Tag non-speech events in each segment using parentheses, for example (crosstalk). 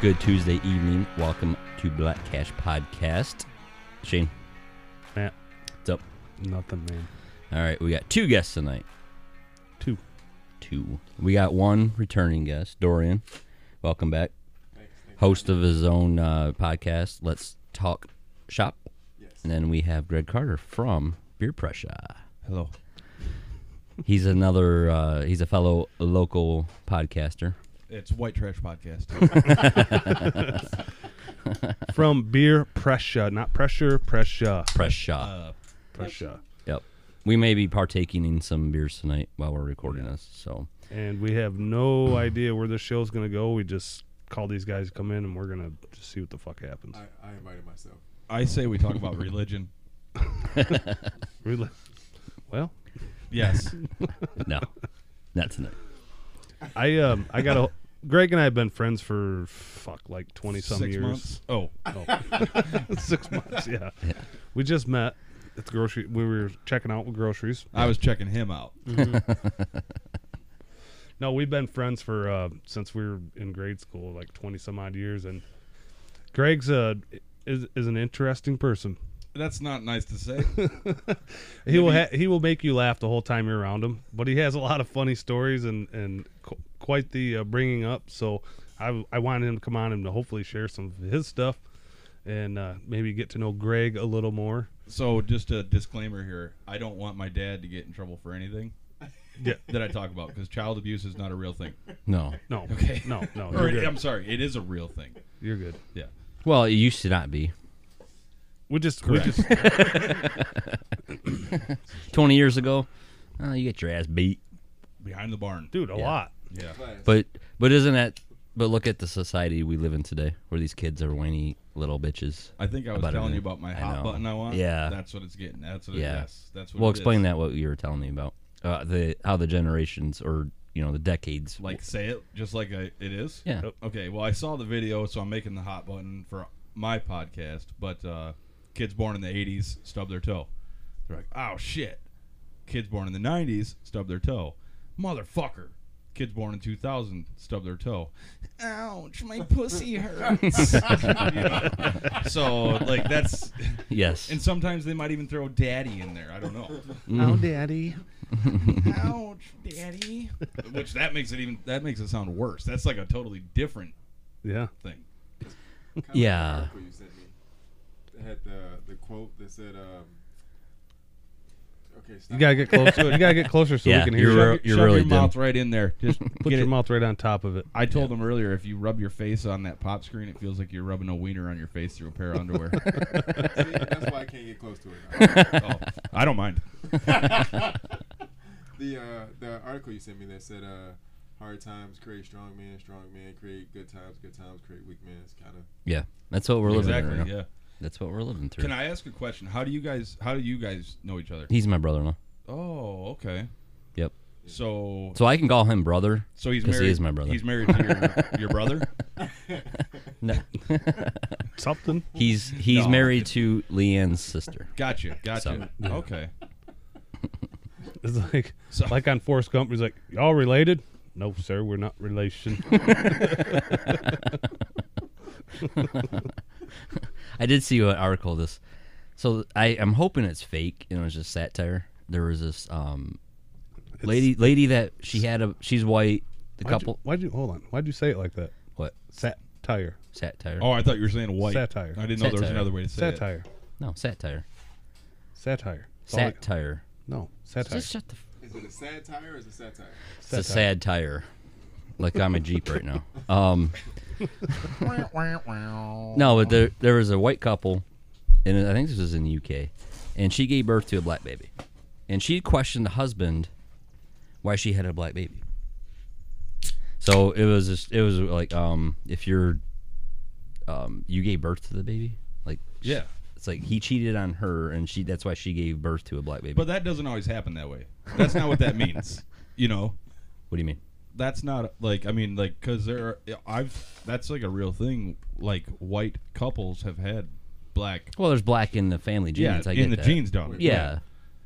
Good Tuesday evening. Welcome to Black Cash Podcast. Shane, Matt. what's up? Nothing, man. All right, we got two guests tonight. Two. Two. We got one returning guest, Dorian. Welcome back. Host of his own uh, podcast, Let's Talk Shop. And then we have Greg Carter from Beer Pressure. Hello. He's another. Uh, he's a fellow local podcaster. It's White Trash Podcast. (laughs) From beer pressure, not pressure, pressure, Press Shop. pressure. Yep. We may be partaking in some beers tonight while we're recording this. So And we have no idea where this show's gonna go. We just call these guys to come in, and we're gonna just see what the fuck happens. I, I invited myself. I say we talk about religion. We li- (laughs) well, (laughs) Yes. no, not tonight. I um, I got a. Greg and I have been friends for fuck like twenty some Six years. months. Oh, (laughs) (laughs) Six months, yeah. We just met at the grocery. We were checking out with groceries. I was checking him out. Mm. No, we've been friends for uh, since we were in grade school, like twenty some odd years. And Greg's uh, is is an interesting person. That's not nice (laughs) to say. He will ha- he will make you laugh the whole time you're around him, but he has a lot of funny stories and and qu- quite the uh, bringing up. So I I wanted him to come on and to hopefully share some of his stuff and uh, maybe get to know Greg a little more. So, just a disclaimer here I don't want my dad to get in trouble for (laughs) anything Yeah. that I talk about because child abuse is not a real thing. No. No. Okay. No. Oh, (laughs) No. Or, You're good. I'm sorry, it is a real thing. You're good. Yeah. Well, it used to not be. We just we just 20 years ago, uh, you get your ass beat. Behind the barn. dude (laughs) a Yeah. lot. Yeah. Class. But but isn't that but look at the society we live in today where these kids are whiny little bitches. I think I was About telling it. you about my I hot know. button I want. Yeah. That's what it's getting. That's what Yeah. it is. That's what Well, it explain is. that what you were telling me about. Uh, the how the generations or you know the decades Like, say it just like I, it is. yeah Nope. Okay, well, I saw the video, so I'm making the hot button for my podcast. But uh, kids born in the 80s stub their toe. They're like, oh, shit. Kids born in the 90s stub their toe. Motherfucker. Kids born in 2000 stub their toe. Ouch, my pussy hurts. (laughs) You know? So, like, that's. yes (laughs) And sometimes they might even throw daddy in there. I don't know. Oh, daddy. Ouch, daddy. Which that makes it even. That makes it sound worse. That's like a totally different Yeah. thing. Kinda like the yeah. article you sent me. It had the the quote that said, um, "Okay, stop. You gotta get close to it. You gotta get closer so Yeah, we can you're hear. right. you. shove your really dim. mouth right (laughs) in there. Just Put get your it. mouth right on top of it. I told them earlier if you rub your face on that pop screen, it feels like you're rubbing a wiener on your face through a pair (laughs) of underwear. See, that's why I can't get close to it." (laughs) oh, I don't mind. the uh, the article you sent me that said, uh, "Hard times create strong men. Strong men create good times. Good times create weak men." It's kind of yeah (laughs) that's what we're living through exactly. now. Yeah. that's what we're living through Can I ask a question? How do you guys? How do you guys know each other? he's my brother-in-law Oh, okay. Yep. So, so I can call him brother so he's 'Cause he married. is my brother. He's married to (laughs) your, your brother. (laughs) no Something. he's he's No. married to Leanne's sister Gotcha. Gotcha. Okay. It's like So- like on Forrest Gump. He's like, y'all related? No, sir, we're not (laughs) relation. I did see an article this. So I am hoping it's fake and it was just satire. There was this um, lady lady that she had a she's white. The Why'd you- couple Why'd you hold on? Why'd you say it like that? what Satire. satire? Oh, I thought you were saying white. Satire. I didn't know there was Satire. another way to say it. Satire. No satire. Satire. It's all like- Satire. no, satire. Just shut the. F- (laughs) is it a satire or is it satire? it's a sad tire. Like I'm a jeep right now. Um, no, but there there was a white couple, and I think this was in the UK, and she gave birth to a black baby, and she questioned the husband why she had a black baby. So it was just, it was like um if you're um you gave birth to the baby like Yeah. it's like he cheated on her and she that's why she gave birth to a black baby. But that doesn't always happen that way. That's not what that means. You know, what do you mean? that's not like I mean like because there are, I've that's like a real thing. Like white couples have had black Well, there's black in the family genes. yeah I get in the that. (laughs) genes, don't Yeah. Yeah.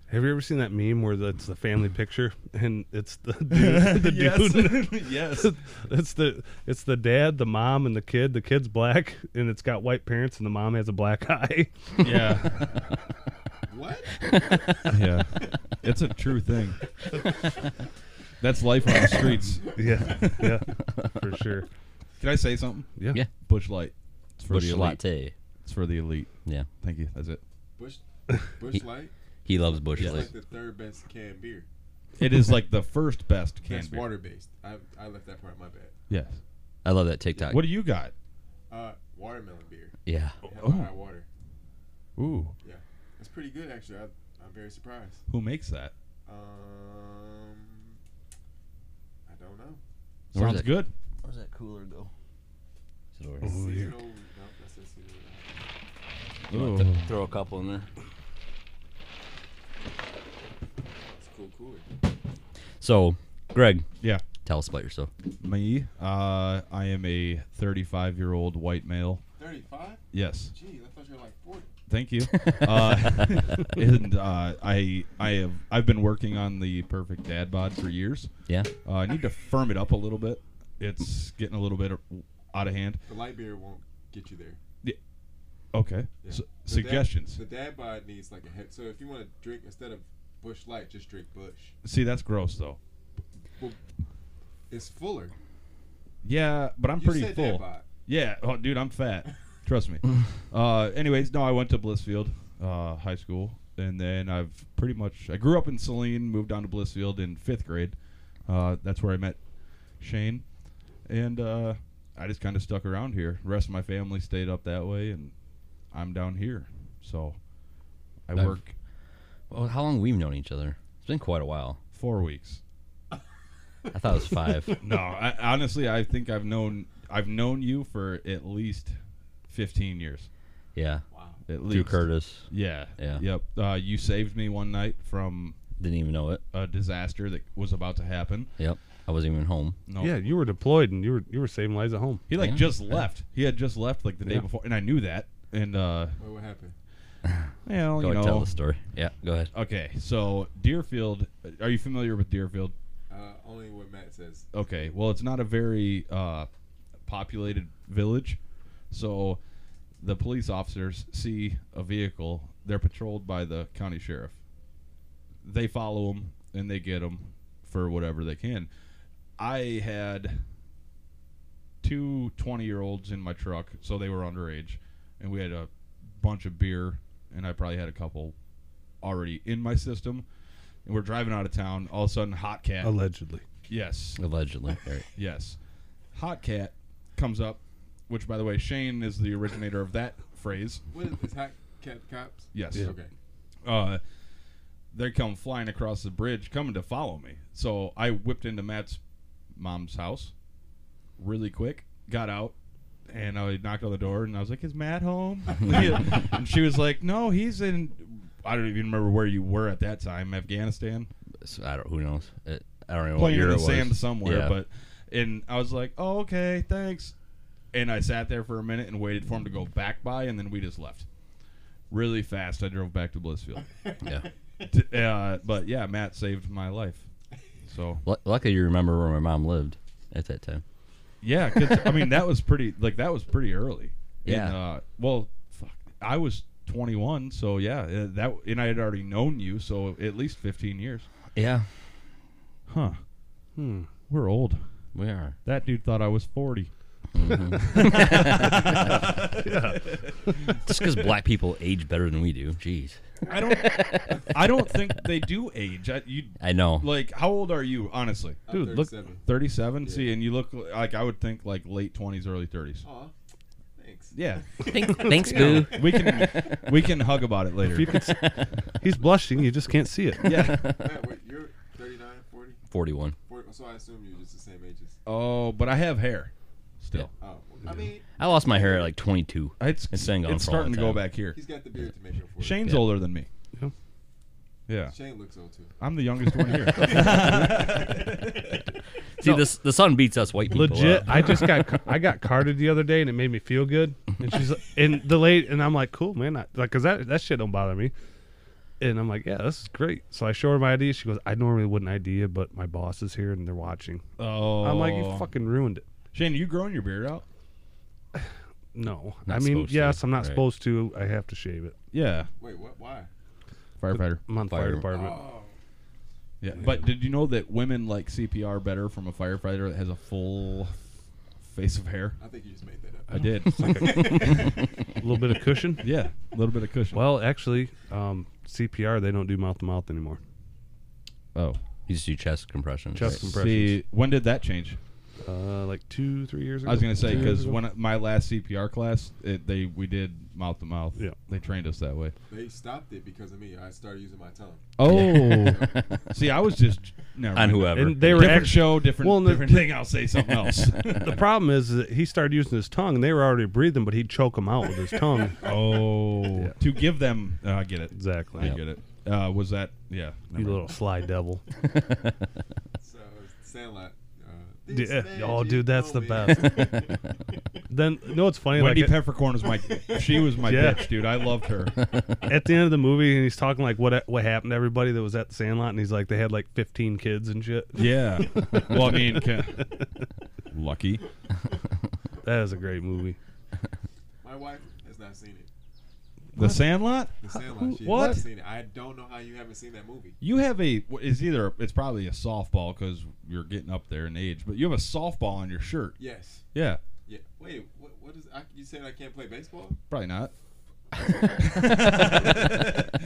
Have you ever seen that meme where that's the family picture and it's the dude, the (laughs) dude (laughs) yes. yes. it's the it's the dad, the mom, and the kid. The kid's black, and it's got white parents, and the mom has a black (laughs) eye. Yeah. What? Yeah. It's a true thing. That's life on the streets. yeah, yeah, for sure. Can I say something? Yeah, Yeah. Bush Light. It's for Bush the elite. latte. It's for the elite. Yeah, Thank you. That's it. Bush, Bush Light? he loves Bush It's Light. like the third best canned beer. It is like the first best can That's beer. water based. I, I left that part, my bad. Yes. I love that TikTok. What do you got? Uh, watermelon beer. yeah, Oh. Hellfire water. Ooh. That's pretty good, actually. I, I'm very surprised. Who makes that? Um, I don't know. Where's Sounds it? good. Where's that cooler go? Oh, Ooh, yeah. Seasonal, no, that's not seasonal. Throw a couple in there. It's cool, cool. So, Greg, Yeah. tell us about yourself. Me, uh, I am a 35 year old white male. 35? Yes. Geez, I thought you were like 40. Thank you. Uh, (laughs) and uh, I, I have, I've been working on the perfect dad bod for years. Yeah, Uh, I need to firm it up a little bit. It's getting a little bit out of hand. The light beer won't get you there. Okay. Yeah. The So, dad- suggestions. the dad bod needs like a head. So if you want to drink, instead of Bush Light, just drink Bush. See, that's gross though. It's fuller. Yeah, but I'm you pretty said full. Dad bod. Yeah, oh, dude, I'm fat. Trust me. Uh, anyways, no, I went to Blissfield uh, High School, and then I've pretty much I grew up in Saline, moved down to Blissfield in fifth grade. Uh, that's where I met Shane, and uh, I just kind of stuck around here. The rest of my family stayed up that way, and I'm down here. So I I've- work Well, how long we've known each other? It's been quite a while. four weeks. I thought it was (laughs) five. No, I, honestly, I think I've known I've known you for at least fifteen years. yeah, Wow. At through least Curtis. Yeah. Yeah. Yep. Uh, you saved me one night from Didn't even know it. a disaster that was about to happen. Yep, I wasn't even home. No. yeah. You were deployed, and you were you were saving lives at home. He like Yeah. just left. He had just left like the day Yeah. before, and I knew that. And uh, Wait, what happened? well, Go you know. ahead, tell the story. Yeah, go ahead. Okay, so Deerfield. uh, Are you familiar with Deerfield? Uh, only what Matt says. Okay. Well, it's not a very uh, populated village, so the police officers see a vehicle. They're patrolled by the county sheriff. They follow them and they get them for whatever they can. I had two 20 year olds in my truck, so they were underage, and we had a bunch of beer, and I probably had a couple already in my system. And we're driving out of town. All of a sudden, hot cat. Allegedly, yes, Allegedly. All right. Yes. Hot cat comes up, which, by the way, Shane is the originator of that phrase. What is this? Hot Cat Cops? Yes. Okay. Uh, they come flying across the bridge, coming to follow me. So I whipped into Matt's mom's house really quick, got out, and I knocked on the door, and I was like, "Is Matt home?" and she was like, "No, he's in." I don't even remember where you were at that time, Afghanistan. So I don't. Who knows? It, I don't even know what playing year in it the was. sand somewhere. Yeah. But and I was like, oh, okay, thanks. And I sat there for a minute and waited for him to go back by, and then we just left really fast. I drove back to Blissfield. yeah. T- uh, but yeah, Matt saved my life. So Lu luckily, you remember where my mom lived at that time. yeah, 'cause, I mean that was pretty like that was pretty early. And, Yeah. uh, well, fuck, I was 21, so yeah, uh, that and I had already known you, so at least 15 years. Yeah, Huh. Hmm. We're old. we (laughs) are. That dude thought I was 40. Just because black people age better than we do. Jeez. I don't. I don't think they do age. I, you I know. like how old are you? Honestly, I'm Dude, look- 37. thirty-seven. See, and you look like I would think like late twenties, early thirties. Aw, thanks. Yeah, Thanks, (laughs) thanks boo. (laughs) we can we can hug about it later. if you could, s- he's blushing. You just can't see it. yeah. Matt, wait, you're 39, 40? 41. 40 so I assume you're just the same ages. Oh, but I have hair. Still, Oh, I mean, I lost my hair at like 22. it's It's been gone it's for a long starting to go time. back here. he's got the beard to make up for it. Shane's Yeah. older than me. Yeah. Yeah, Shane looks old too. I'm the youngest one here. See, this, the sun beats us white people. Legit, up. I just got ca- I got carded the other day, and it made me feel good. And she's like- and the lady, and I'm like, cool, man. I, like, cause that that shit don't bother me. And I'm like, yeah, this is great. So I show her my ID. She goes, I normally wouldn't ID you, but my boss is here and they're watching. Oh, I'm like, you fucking ruined it. Shane, are you growing your beard out? No, Not I mean, supposed to, yes, I'm not right. supposed to. I have to shave it. Yeah, Wait, what? Why? firefighter. I'm on fire, Fire- department. Oh, Yeah, but did you know that women like CPR better from a firefighter that has a full face of hair? I think you just made that up. I did. A little bit of cushion. (laughs) (laughs) yeah, a little bit of cushion. Well, actually, um, CPR they don't do mouth to mouth anymore. oh, You just do chest compressions. Chest right? compressions. see, when did that change? Uh, like two, three years ago. I was gonna say Two years because ago. when I- my last CPR class, it, they we did mouth to mouth. Yeah. they trained us that way. They stopped it because of me. I started using my tongue. Oh, see, I was just never On mind. whoever. And they were Different actu- show, different Well, and the- different thing. I'll (laughs) say something else. The problem is that he started using his tongue. and They were already breathing, but he'd choke them out with (laughs) his tongue. oh, Yeah. to give them. Uh, I get it. Exactly. I get it. Uh, was that? Yeah. You never little sly devil. So Sandlot. Uh, Dude, this eh, magic oh, dude, that's the moment. (laughs) then you know what's funny? mind. Wendy like Peppercorn was my. she was (laughs) my Yeah. bitch, dude. I loved (laughs) her. at the end of the movie, and he's talking like what what happened to everybody that was at the Sandlot, and he's like they had like 15 kids and shit. Yeah. (laughs) well, I mean, ca- lucky. That is a great movie. My wife has not seen it. The Sandlot. The Sandlot. She what? Has not seen it. I don't know how you haven't seen that movie. You have a it's either it's probably a softball because you're getting up there in age, but you have a softball on your shirt. Yes. Yeah, Yeah. Wait. What, what is? I, you said I can't play (laughs) baseball? probably not. (laughs) I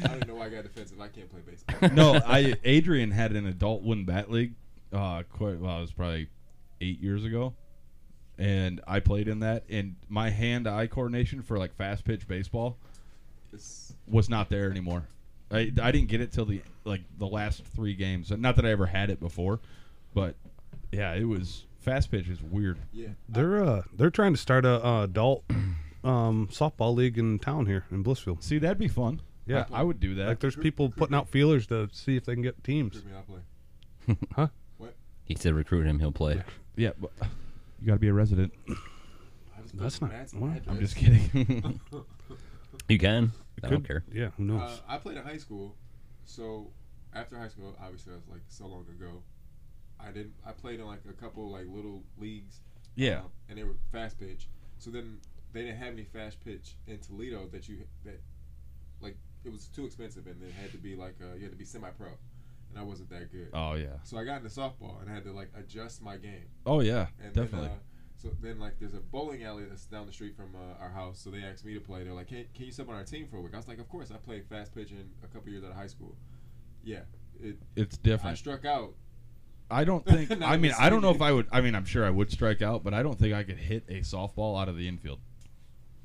don't know why I got defensive. I can't play baseball. (laughs) no, I Adrian had an adult win bat league. Uh, quite well, it was probably eight years ago, and I played in that. And my hand-eye coordination for like fast pitch baseball It's, was not there anymore. I, I didn't get it till the like the last three games. Not that I ever had it before, but yeah, it was fast pitch is weird. yeah. They're uh they're trying to start a uh, adult um softball league in town here in Blissfield. See, that'd be fun. Yeah. I, I would do that. Like there's people putting out feelers to see if they can get teams. Give me. I'll play. (laughs) He said recruit him, he'll (laughs) play. Yeah, but you got to be a resident. I just That's put not- Matt's well, I'm address. (laughs) I'm (laughs) just kidding. You can. I don't Could- care. Yeah, who knows? Uh, I played in high school, so after high school, obviously that was like so long ago. I didn't. I played in like a couple like little leagues. yeah. um, and they were fast pitch. So then they didn't have any fast pitch in Toledo that you that like it was too expensive, and it had to be like uh, you had to be semi pro, and I wasn't that good. Oh yeah. So I got into softball and I had to like adjust my game. Oh yeah. And Definitely. Then, uh, so then, like, there's a bowling alley that's down the street from uh, our house. So they asked me to play. They're like, "Can, can you sub on our team for a week?" I was like, "Of course." I played fast pitch in a couple years out of high school. Yeah, it. it's uh, I different. struck out. I don't (laughs) think. No, I mean, it's- I don't know if I would. I mean, I'm sure I would strike out, but I don't think I could hit a softball out of the infield.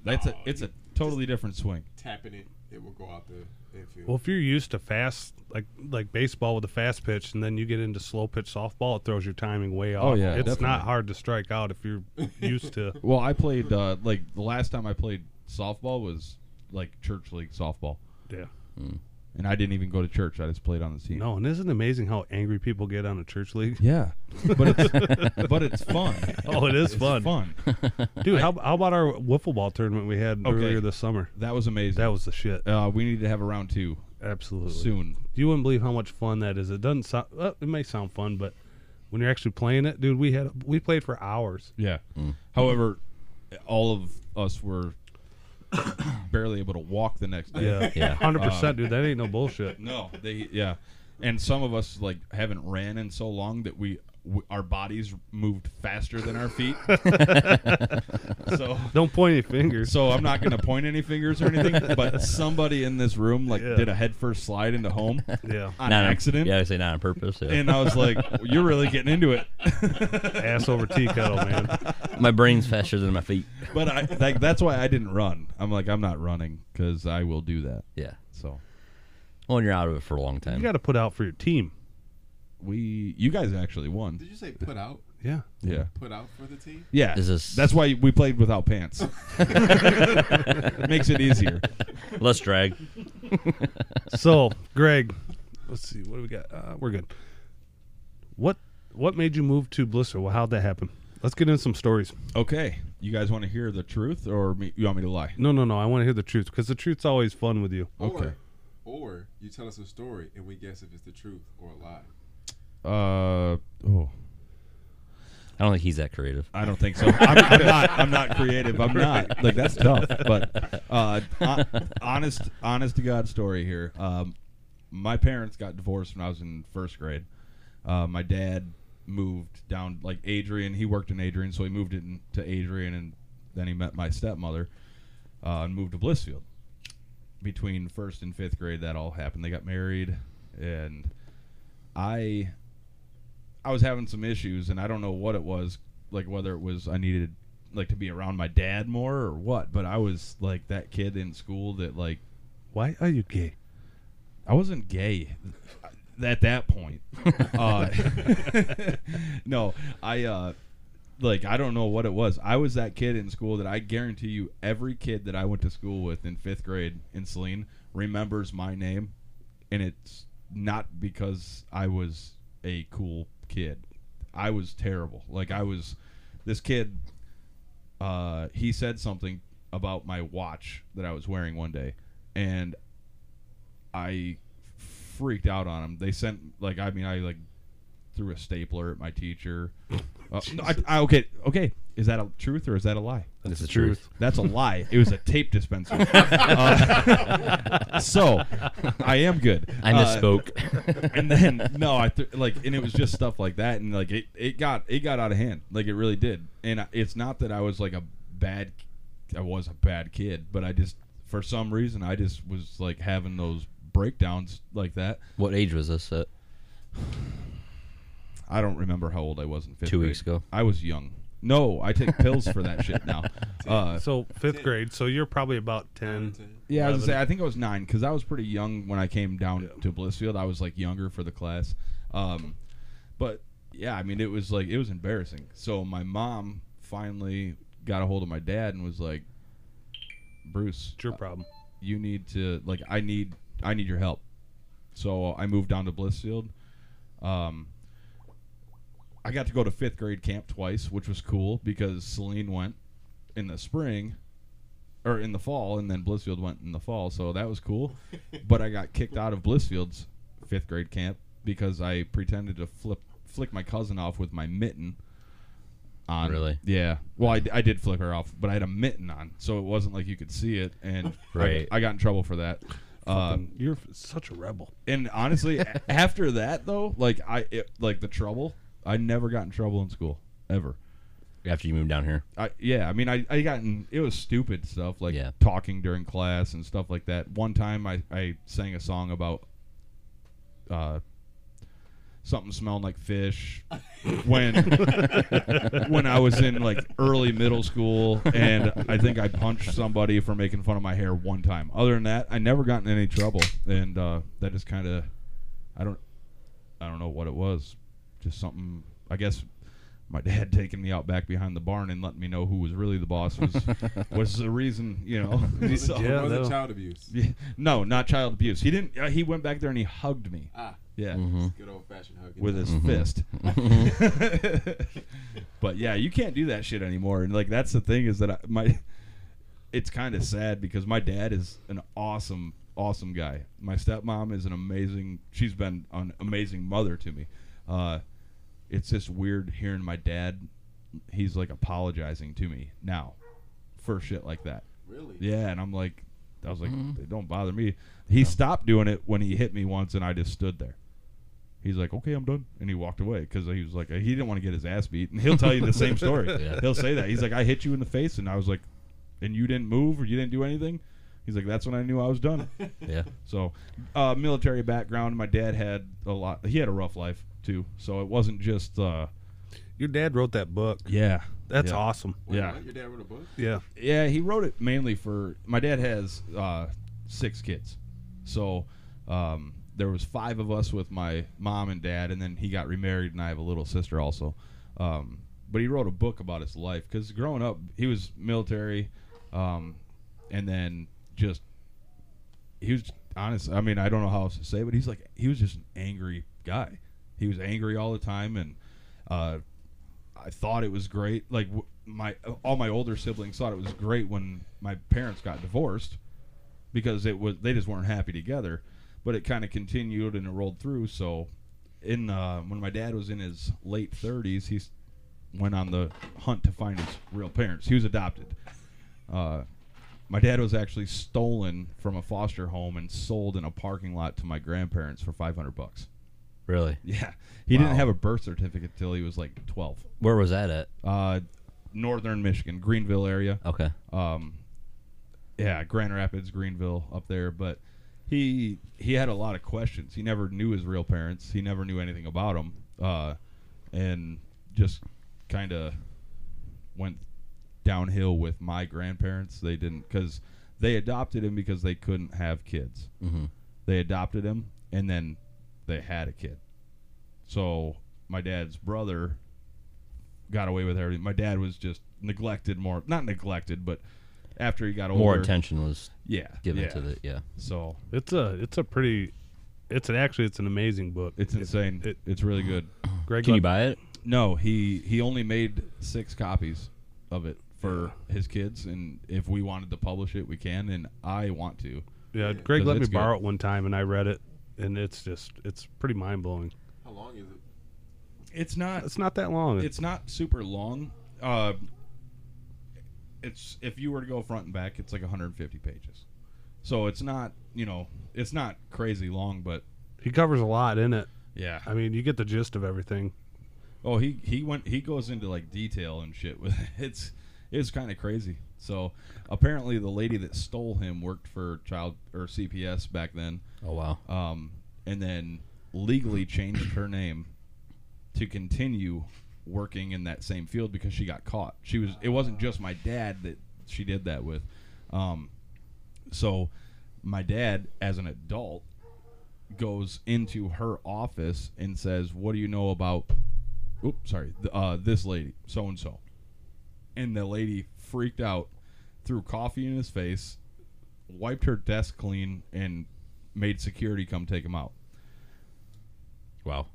That's a. No, It's a totally different swing. Tapping it, it will go out the infield. well, if you're used to fast like like baseball with a fast pitch, and then you get into slow pitch softball, it throws your timing way off. Oh, yeah, it's not definitely. hard to strike out if (laughs) you're used to. Well, I played uh, like the last time I played softball was like church league softball, Yeah. and I didn't even go to church. I just played on the team. No, and isn't it amazing how angry people get on a church league? (laughs) Yeah, but (laughs) it's but it's fun. Oh, it is It's fun. Fun. Dude, how, how about our wiffle ball tournament we had Okay. earlier this summer? That was amazing. That was the shit. uh, we need to have a round two Absolutely. soon. You wouldn't believe how much fun that is. It doesn't sound. Uh, it may sound fun, but when you're actually playing it, dude, we had we played for (laughs) hours. Yeah. However, all of us were barely able to walk the next day. Yeah, (laughs) Yeah. Oh. hundred percent, dude. That ain't no bullshit. No, they yeah, and some of us like haven't ran in so long that we, w our bodies moved faster than our (laughs) feet. so. Don't point any fingers. So I'm not going to point any fingers or anything, but somebody in this room like Yeah. did a headfirst slide into home Yeah, on Not on- accident, yeah, I say not on purpose. yeah. and I was like, "You're really getting into it." (laughs) ass over tea kettle, man. (laughs) my brain's faster than my feet. but I like that's why I didn't run. I'm like I'm not running because I will do that. Yeah. So Well, you're out of it for a long (laughs) You time. got to put out for your team. we, you guys actually won. Did you say put out? Yeah, Yeah, Put out for the team? yeah. Is this- That's why we played without pants. (laughs) Makes it easier. Let's drag. so Greg, let's see what do we got. Uh, we're good. What what made you move to Blister? Well, how'd that happen? Let's get into some stories. Okay, you guys want to hear the truth or me, you want me to lie? No, no, no. I want to hear the truth because the truth's always fun with you. Okay. Or, or You tell us a story, and we guess if it's the truth or a lie. Uh oh. I don't think he's that creative. I don't think so. I'm, I'm not. I'm not creative. I'm not. Like that's tough. But uh, hon- honest, honest to God story here. Um, my parents got divorced when I was in first grade. Uh, my dad moved down like Adrian. He worked in Adrian, so he moved in to Adrian, and then he met my stepmother uh, and moved to Blissfield. Between first and fifth grade, that all happened. They got married, and I I was having some issues, and I don't know what it was, like whether it was I needed like to be around my dad more or what, but I was like that kid in school that like Why are you gay? I wasn't gay at that point. uh, (laughs) no, I uh, like I don't know what it was. I was that kid in school that I guarantee you every kid that I went to school with in fifth grade in Celine remembers my name, and it's not because I was a cool kid. I was terrible. Like I was this kid. Uh, he said something about my watch that I was wearing one day, and I freaked out on him. They sent like I mean I like threw a stapler at my teacher. (laughs) Uh, no, I, I, okay, okay. Is that a truth or is that a lie? That's the truth. That's a lie. It was a tape dispenser. (laughs) Uh, so I am good. I Uh, misspoke. (laughs) and then no, I th- like, and it was just stuff like that, and like it, it got it got out of hand, like it really did. And I- it's not that I was like a bad, I was a bad kid, but I just for some reason I just was like having those breakdowns like that. what age was this? Uh, At? I don't remember how old I was in fifth. Two grade. weeks ago. I was young. No, I take pills for that (laughs) shit now. Uh, So fifth grade. So you're probably about ten. Yeah, I was gonna say 11. I think I was nine because I was pretty young when I came down to Blissfield. I was like younger for the class, um, but yeah, I mean it was like it was embarrassing. So my mom finally got a hold of my dad and was like, "Bruce, It's your problem. you need to like I need I need your help." So uh, I moved down to Blissfield. Um, I got to go to fifth grade camp twice, which was cool because Celine went in the spring or in the fall, and then Blissfield went in the fall, so that was cool. but I got kicked out of Blissfield's fifth grade camp because I pretended to flip flick my cousin off with my mitten. On. Really? Yeah. Well, I, I did flick her off, but I had a mitten on, so it wasn't like you could see it, and I- Right. I, got in trouble for that. Uh, Fucking- you're f- such a rebel. and honestly, a- after that though, like I it, like the trouble, I never got in trouble in school ever. After you moved down (laughs) here. I, yeah, I mean, I, I got in, it was stupid stuff like Yeah. talking during class and stuff like that. One time I, I sang a song about uh, something smelling like fish when when I was in like early middle school, and I think I punched somebody for making fun of my hair one time. Other than that, I never got in any trouble, and uh, that is kind of I don't I don't know what it was, just something I guess. My (laughs) dad taking me out back behind the barn and letting me know who was really the boss was (laughs) was the reason, you know. (laughs) Was it, So- Yeah, was no. it child abuse? yeah. No, not child abuse. He didn't. Uh, he went back there and he hugged me. Ah, Yeah, good old fashioned hugging. Mm-hmm. with his fist. but yeah, you can't do that shit anymore. And like that's the thing is that I, my, it's kind of sad because my dad is an awesome, awesome guy. My stepmom is an amazing. She's been an amazing mother to me. Uh, it's just weird hearing my dad. He's like apologizing to me now, for shit like that. really? Yeah, and I'm like, I was like, they don't bother me. He stopped doing it when he hit me once, and I just stood there. He's like, okay, I'm done, and he walked away because he was like, he didn't want to get his ass beat, and he'll tell you the same story. Yeah. He'll say that he's like, I hit you in the face, and I was like, and you didn't move or you didn't do anything. He's like, that's when I knew I was done. Yeah. So, uh, military background. My dad had a lot. He had a rough life too, so it wasn't just. Uh, Your dad wrote that book. yeah, That's yeah. awesome. Wait, yeah. what? Your dad wrote a book? Yeah. Yeah, he wrote it mainly for my dad has uh, six kids, so um, there was five of us with my mom and dad, and then he got remarried, and I have a little sister also. Um, but he wrote a book about his life because growing up he was military, um, and then just he was honest. I mean, I don't know how else to say, but he's like he was just an angry guy. He was angry all the time, and uh, I thought it was great. Like w- my all my older siblings thought it was great when my parents got divorced because it was they just weren't happy together. but it kind of continued and it rolled through. So, in uh, when my dad was in his late 30s, he s- went on the hunt to find his real parents. He was adopted. Uh, my dad was actually stolen from a foster home and sold in a parking lot to my grandparents for 500 bucks. (laughs) Really? Yeah, he Wow. didn't have a birth certificate till he was like 12. Where was that at? Uh, Northern Michigan, Greenville area Okay. um, yeah, Grand Rapids, Greenville, up there. But he he had a lot of questions. He never knew his real parents. He never knew anything about them, uh, and just kind of went downhill with my grandparents. They didn't because they adopted him because they couldn't have kids. Mm-hmm. They adopted him, and then they had a kid. So my dad's brother got away with everything. My dad was just neglected more, not neglected, but after he got older, More attention was Yeah, given yeah. to the yeah. So It's a it's a pretty it's an actually it's an amazing book. it's insane. it- it's really good. Greg Can you Lud- buy it? No, he he only made six copies of it for his kids, and if we wanted to publish it, we can, and I want to. Yeah, Greg 'Cause let me it's good. borrow it one time and I read it and it's just it's pretty mind blowing. How long is it? It's not It's not that long. it's not super long. Uh, it's if you were to go front and back, it's like 150 pages. So it's not you know it's not crazy long, but he covers a lot in it. yeah. I mean, you get the gist of everything. Oh, he he went he goes into like detail and shit with (laughs) it's it's kind of crazy. So apparently the lady that stole him worked for child or CPS back then, Oh wow. um, and then legally changed her name to continue working in that same field because she got caught. She was it wasn't just my dad that she did that with. Um, so my dad as an adult goes into her office and says, "What do you know about oops, sorry, th- uh, this lady, so and so?" And the lady freaked out, threw coffee in his face, wiped her desk clean and made security come take him out. Wow.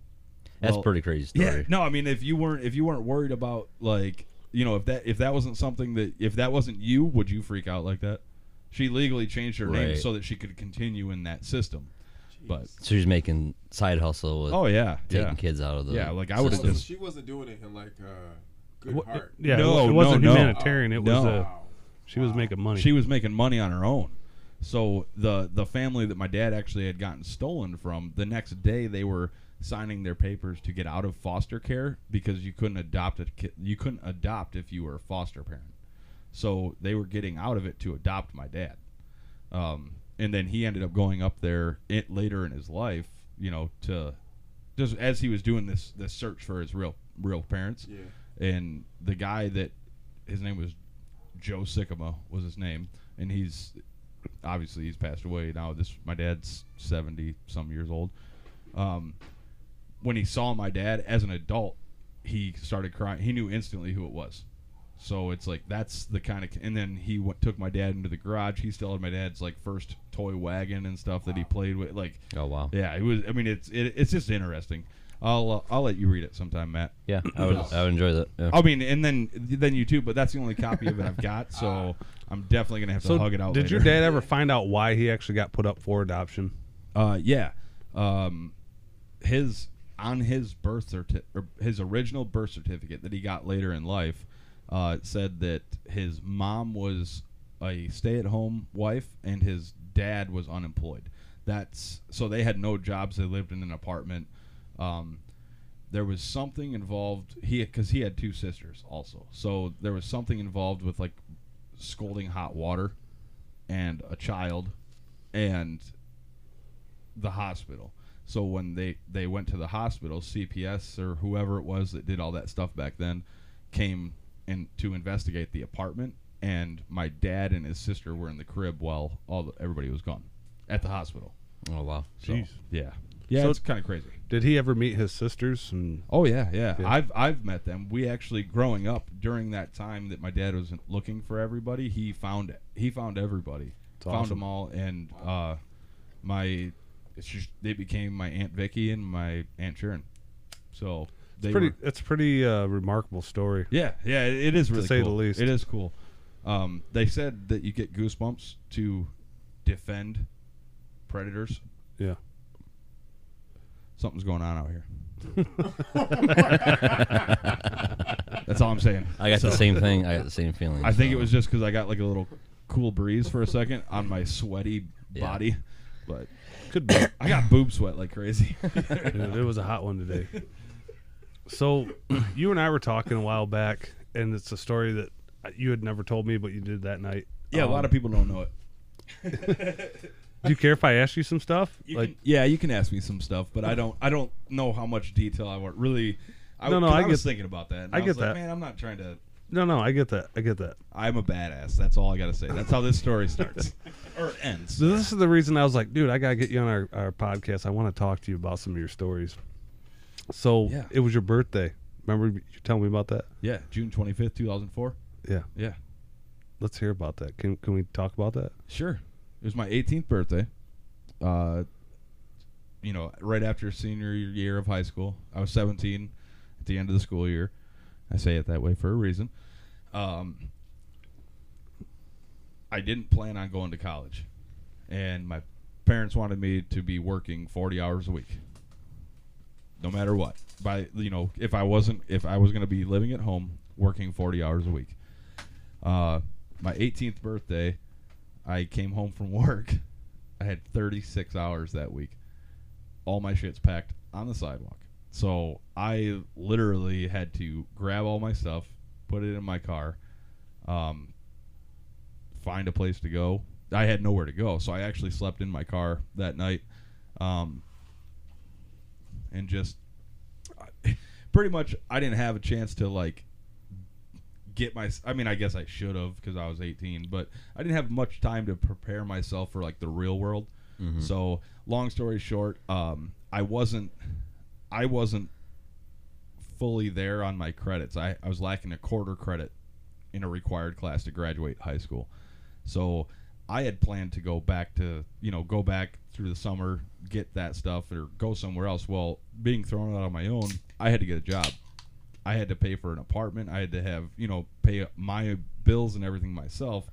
That's Well, pretty crazy story. No, I mean if you weren't if you weren't worried about like you know if that if that wasn't something that if that wasn't you would you freak out like that? She legally changed her name Right. so that she could continue in that system. But So she's making side hustle with oh yeah, taking yeah. kids out of the Yeah, like, I would've system. So just- she wasn't doing it in like uh, good Wha- heart. Yeah, it No, wa- it no, wasn't no. humanitarian. It was No. uh, Wow. she was making money. She was making money on her own. So the the family that my dad actually had gotten stolen from, the next day they were signing their papers to get out of foster care because you couldn't adopt a kid, you couldn't adopt if you were a foster parent. So they were getting out of it to adopt my dad. Um, and then he ended up going up there it, later in his life, you know, to just as he was doing this this search for his real real parents Yeah. and the guy that his name was Joe Sycamo was his name, and he's obviously he's passed away now. This my dad's seventy some years old. Um, when he saw my dad as an adult, he started crying. He knew instantly who it was. So it's like that's the kind of and then he w- took my dad into the garage. He still had my dad's like first toy wagon and stuff that he played with. Like Oh wow. yeah, it was. I mean, it's it, it's just interesting. I'll uh, I'll let you read it sometime, Matt. Yeah, I would I would enjoy that. Yeah. I mean, and then then you too, but that's the only copy of it (laughs) I've got, so I'm definitely gonna have to so hug it out. did later. your dad (laughs) ever find out why he actually got put up for adoption? Uh, yeah, um, his on his birth certi- or his original birth certificate that he got later in life, uh, it said that his mom was a stay-at-home wife and his dad was unemployed. That's so they had no jobs. They lived in an apartment. Um, there was something involved. He because he had two sisters also, so there was something involved with like scolding hot water and a child and the hospital. So when they they went to the hospital, CPS or whoever it was that did all that stuff back then came in to investigate the apartment, and my dad and his sister were in the crib while all the, everybody was gone at the hospital. Oh wow. (laughs) So, Jeez. yeah, yeah, So- it's kind of crazy. Did he ever meet his sisters? And Oh yeah, yeah, Yeah. I've I've met them. We actually growing up during that time that my dad was looking for everybody, he found he found everybody, found awesome. them all, and uh, my it's just, they became my aunt Vicky and my aunt Sharon. So they it's pretty. were- It's pretty uh, remarkable story. yeah, yeah, it it is really say the cool. least. It is cool. Um, they said that you get goosebumps to defend predators Yeah. Something's going on out here. That's all I'm saying. I got So, the same thing. I got the same feeling. I think it so. was just because I got like a little cool breeze for a second on my sweaty body, but Could be. I got boob sweat like crazy. Yeah, there was a hot one today. So, you and I were talking a while back, and it's a story that you had never told me, but you did that night. (laughs) Um, yeah, a lot of people don't know it. Do you care if I ask you some stuff? like, yeah, you can ask me some stuff, but I don't. I don't know how much detail I want. Really, I, No, no, 'cause I I, was get- thinking about that. and I I, was get like, that. Man, I'm not trying to. no, no, I get that. I get that. I'm a badass. That's all I gotta say. That's how this story (laughs) starts or ends. So this is the reason I was like, dude, I gotta get you on our, our podcast. I want to talk to you about some of your stories. So Yeah. it was your birthday. Remember you telling me about that? Yeah, June 25th, 2004. Yeah. Yeah, Let's hear about that. Can can we talk about that? sure. It was my 18th birthday. Uh, you know, right after senior year of high school, I was 17 at the end of the school year. I say it that way for a reason. Um, I didn't plan on going to college, and my parents wanted me to be working 40 hours a week, no matter what. By you know, if I wasn't, if I was going to be living at home, working 40 hours a week. Uh, my 18th birthday, I came home from work. (laughs) I had 36 hours that week. All my shit's packed on the sidewalk. So I literally had to grab all my stuff, put it in my car, um, find a place to go. I had nowhere to go, so I actually slept in my car that night, um, and just (laughs) pretty much I didn't have a chance to like get my I mean I guess I should have because I was 18 but I didn't have much time to prepare myself for like the real world so long story short um I wasn't I wasn't fully there on my credits I, I was lacking a quarter credit in a required class to graduate high school so I had planned to go back to you know go back through the summer get that stuff or go somewhere else well being thrown out on my own I had to get a job I had to pay for an apartment. I had to have, you know, pay my bills and everything myself.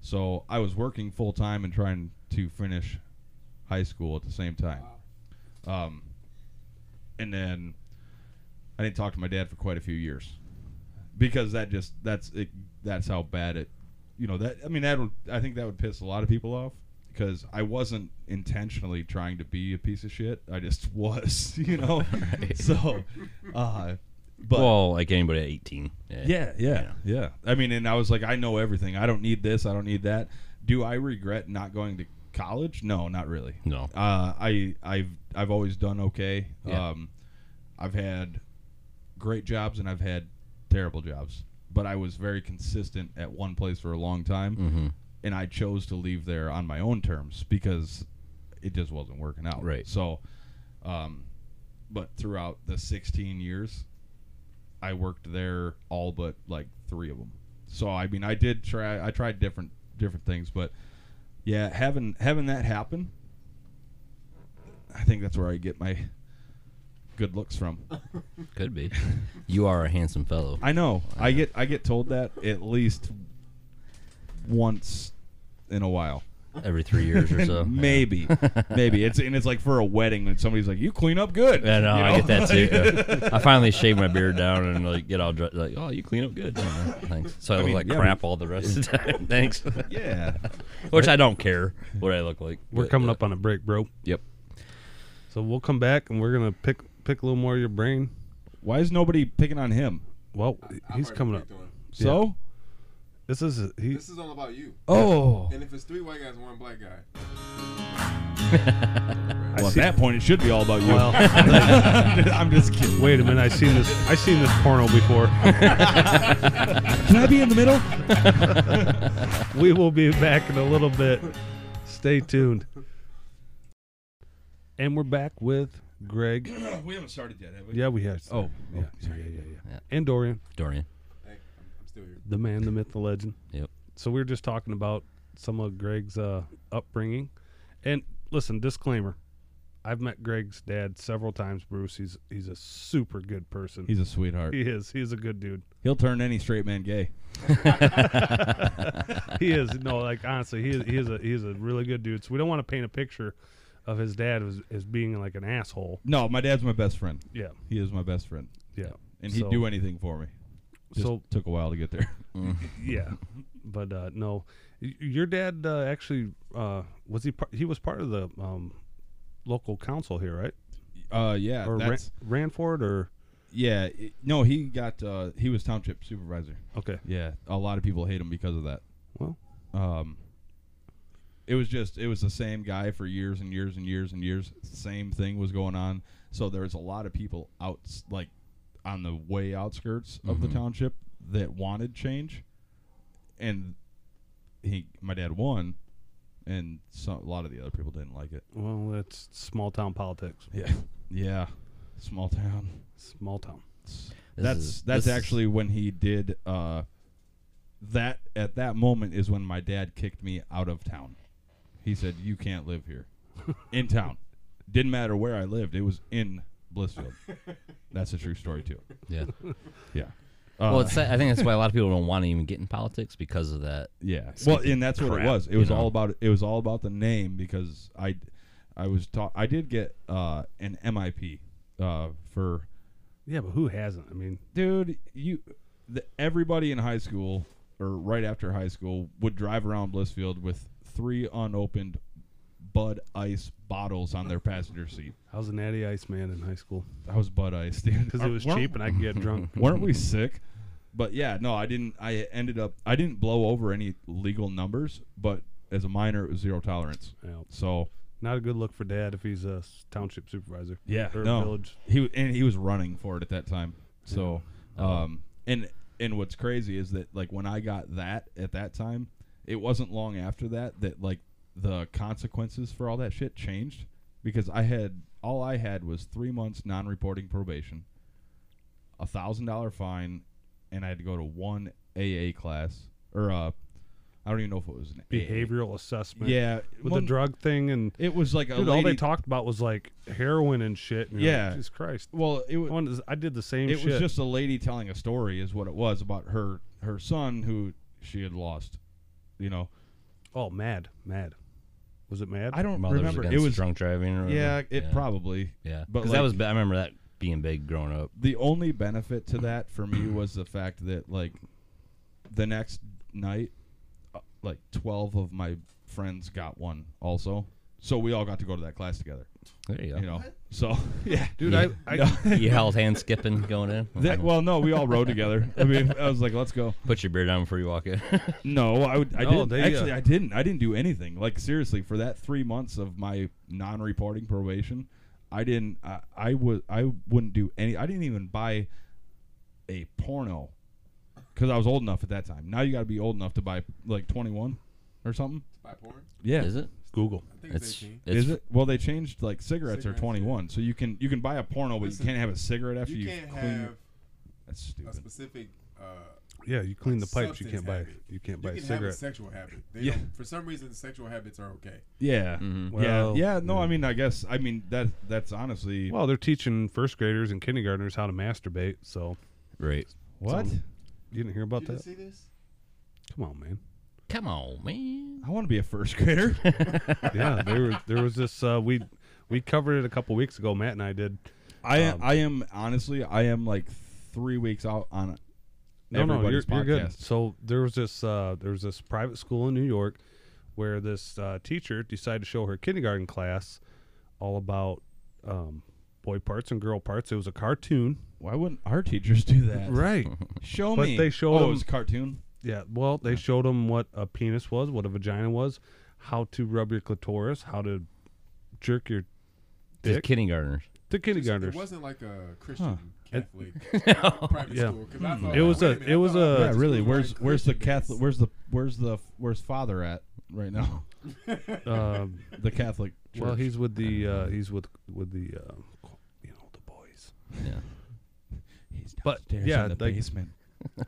So I was working full time and trying to finish high school at the same time. Um, and then I didn't talk to my dad for quite a few years because that just that's it, that's how bad it, you know that I mean that would I think that would piss a lot of people off because I wasn't intentionally trying to be a piece of shit. I just (laughs) was, you know. So, uh, but well, like anybody at eighteen. Yeah. yeah, yeah, yeah, I mean, and I was like, I know everything. I don't need this. I don't need that. Do I regret not going to college? No, not really. No. Uh, I I've I've always done okay. Yeah. Um, I've had great jobs and I've had terrible jobs, but I was very consistent at one place for a long time, Mhm. and I chose to leave there on my own terms because it just wasn't working out. Right. So, um, but throughout the 16 years, I worked there all but like three of them. So I mean, I did try. I tried different different things, but yeah, having having that happen, I think that's where I get my good looks from. Could be. You are a handsome fellow. I know. (laughs) I get I get told that at least once in a while. Every three years (laughs) or so. maybe, maybe it's and it's like for a wedding when somebody's like, "You clean up good." Yeah, no, you I know? get that (laughs) too. Yeah. I finally shave my beard down and like get all dressed, like, oh, you clean up good. Yeah, thanks. So I, look mean, like yeah, crap all the (laughs) rest of the time. thanks. yeah, Which I don't care what I look like. We're but, coming uh, up on a break, bro. Yep. So we'll come back and we're gonna pick pick a little more of your brain. Why is nobody picking on him? Well, I've he's already coming up. picked on. So. This is he. This is all about you. Oh. And if it's three white guys and one black guy, Well, at that point, it should be all about you. Well, (laughs) (laughs) I'm just kidding. wait a minute. I seen this. I seen this porno before. Can I be in the middle? we will be back in a little bit. Stay tuned. And we're back with Greg. we haven't started yet, have we? Yeah, we have. Oh. yeah, yeah, yeah, yeah, yeah. And Dorian, Dorian. hey, I'm, I'm still here. the man, the myth, the legend. Yep. So we were just talking about some of Greg's uh, upbringing, and listen, disclaimer: I've met Greg's dad several times. Bruce, he's he's a super good person. He's a sweetheart. he is. He's a good dude. He'll turn any straight man gay. he is no like honestly he is, he is a he is a really good dude so we don't want to paint a picture of his dad as, as being like an asshole. No, my dad's my best friend. Yeah, He is my best friend, yeah. and he'd So- do anything for me. Just So- took a while to get there. (laughs) yeah but uh no Y- your dad uh, actually uh was he par- he was part of the um local council here right Uh, yeah, or ran, that's ran for it or yeah. it- no, he got uh, he was township supervisor. okay Yeah, a lot of people hate him because of that. well Um, it was just it was the same guy for years and years and years and years. Same thing was going on. So there's a lot of people out like on the way outskirts of the township that wanted change, and he my dad won, and so, a lot of the other people didn't like it. well that's small town politics Yeah, yeah, small town. small town This that's is- that's this is- actually when he did uh, that. At that moment is when my dad kicked me out of town. He said, "You can't (laughs) live here, in town." Didn't matter where I lived; it was in Blissfield. that's a true story too. yeah. Yeah. Uh, (laughs) Well, it's, sad- I think that's why a lot of people don't want to even get in politics because of that. yeah. Well, and that's what crap, it was. It you was know. all about it was all about the name because I, I was taught I did get uh, an MIP uh, for yeah but who hasn't i mean dude you the, everybody in high school or right after high school would drive around blissfield with three unopened bud ice bottles on their passenger seat i was an natty ice man in high school that was bud ice (laughs) dude because it was cheap and i could get (laughs) drunk weren't we sick but yeah no i didn't i ended up i didn't blow over any legal numbers but as a minor it was zero tolerance Yeah. so not a good look for dad if he's a s- township supervisor Yeah, or no. village He w- and he was running for it at that time. So, Oh. um, and and what's crazy is that like when I got that at that time, it wasn't long after that that like the consequences for all that shit changed because I had all I had was three months non-reporting probation, a thousand dollar fine, and I had to go to one AA class or uh, I don't even know if it was an AA. behavioral assessment Yeah, with well, the drug thing and It was like a Dude, all they lady- talked about was like heroin and shit. And you're like, Yeah. Jesus Christ. Well, it I was. wanted- I did the same it shit. was just a lady telling a story is what it was about her her son who she had lost you know oh, mad, mad. Was it mad? i don't Mothers remember it against was drunk driving. Or whatever. yeah it probably Yeah, but but that like- was. I remember that being big growing up. the only benefit to that for me was the fact that like the next night uh, like 12 of my friends got one also so we all got to go to that class together There you go. you know so (laughs) yeah dude. (laughs) Yeah. I, I You held hand skipping going in. that, well no we all rode together i mean i was like let's go Put your beer down before you walk in. No, I would. I No, didn't. they, Actually, uh, I didn't. I didn't do anything. Like seriously, for that three months of my non-reporting probation, I didn't. I, I would. I wouldn't do any. I didn't even buy a porno because I was old enough at that time. Now you got to be old enough to buy like twenty-one or something. By porn? Yeah, (laughs) Is it? Google. I think it's, It's. 18. it's Is it? Well, they changed like cigarettes, Cigarettes, are twenty-one, so you can you can buy a porno, but Listen, you can't have a cigarette after You you. can't clean have That's a stupid. specific. Uh, Yeah, you clean the pipes. You substance can't buy. habit. You can't you buy a can have a cigarette. sexual habit. They Yeah. don't- For some reason, sexual habits are okay. Yeah. Mm-hmm. Well, yeah. Yeah. No, I mean, I guess. I mean that. That's honestly. Well, they're teaching first graders and kindergartners how to masturbate. So Right. what? you didn't hear about You that? didn't see this? Come on, man. Come on, (laughs) man. I want to be a first (laughs) grader. yeah, there was there was this. Uh, we we covered it a couple weeks ago. Matt and I did. Um, I am, I am honestly I am like three weeks out on No, no, you're, everybody's you're good. podcast. So there was this uh, there was this private school in New York where this uh, teacher decided to show her kindergarten class all about um, boy parts and girl parts. It was a cartoon, Why wouldn't our teachers do that? right? Show But me. they showed oh, them- it was a cartoon. (laughs) yeah. Well, they showed them what a penis was, what a vagina was, how to rub your clitoris, how to jerk your Just dick. kindergartners. to It kindergartners. wasn't like a Christian Catholic private Yeah. Hmm. school. 'cause I thought, It was wait a- minute, it I was thought a- our yeah, private really. schools were Where's like where's Christian the based. Catholic? Where's the where's the where's father at right now? (laughs) (laughs) Um, The Catholic. Church. well, he's with the uh, he's with with the uh, you know the boys. Yeah. he's but, downstairs yeah, in the like- basement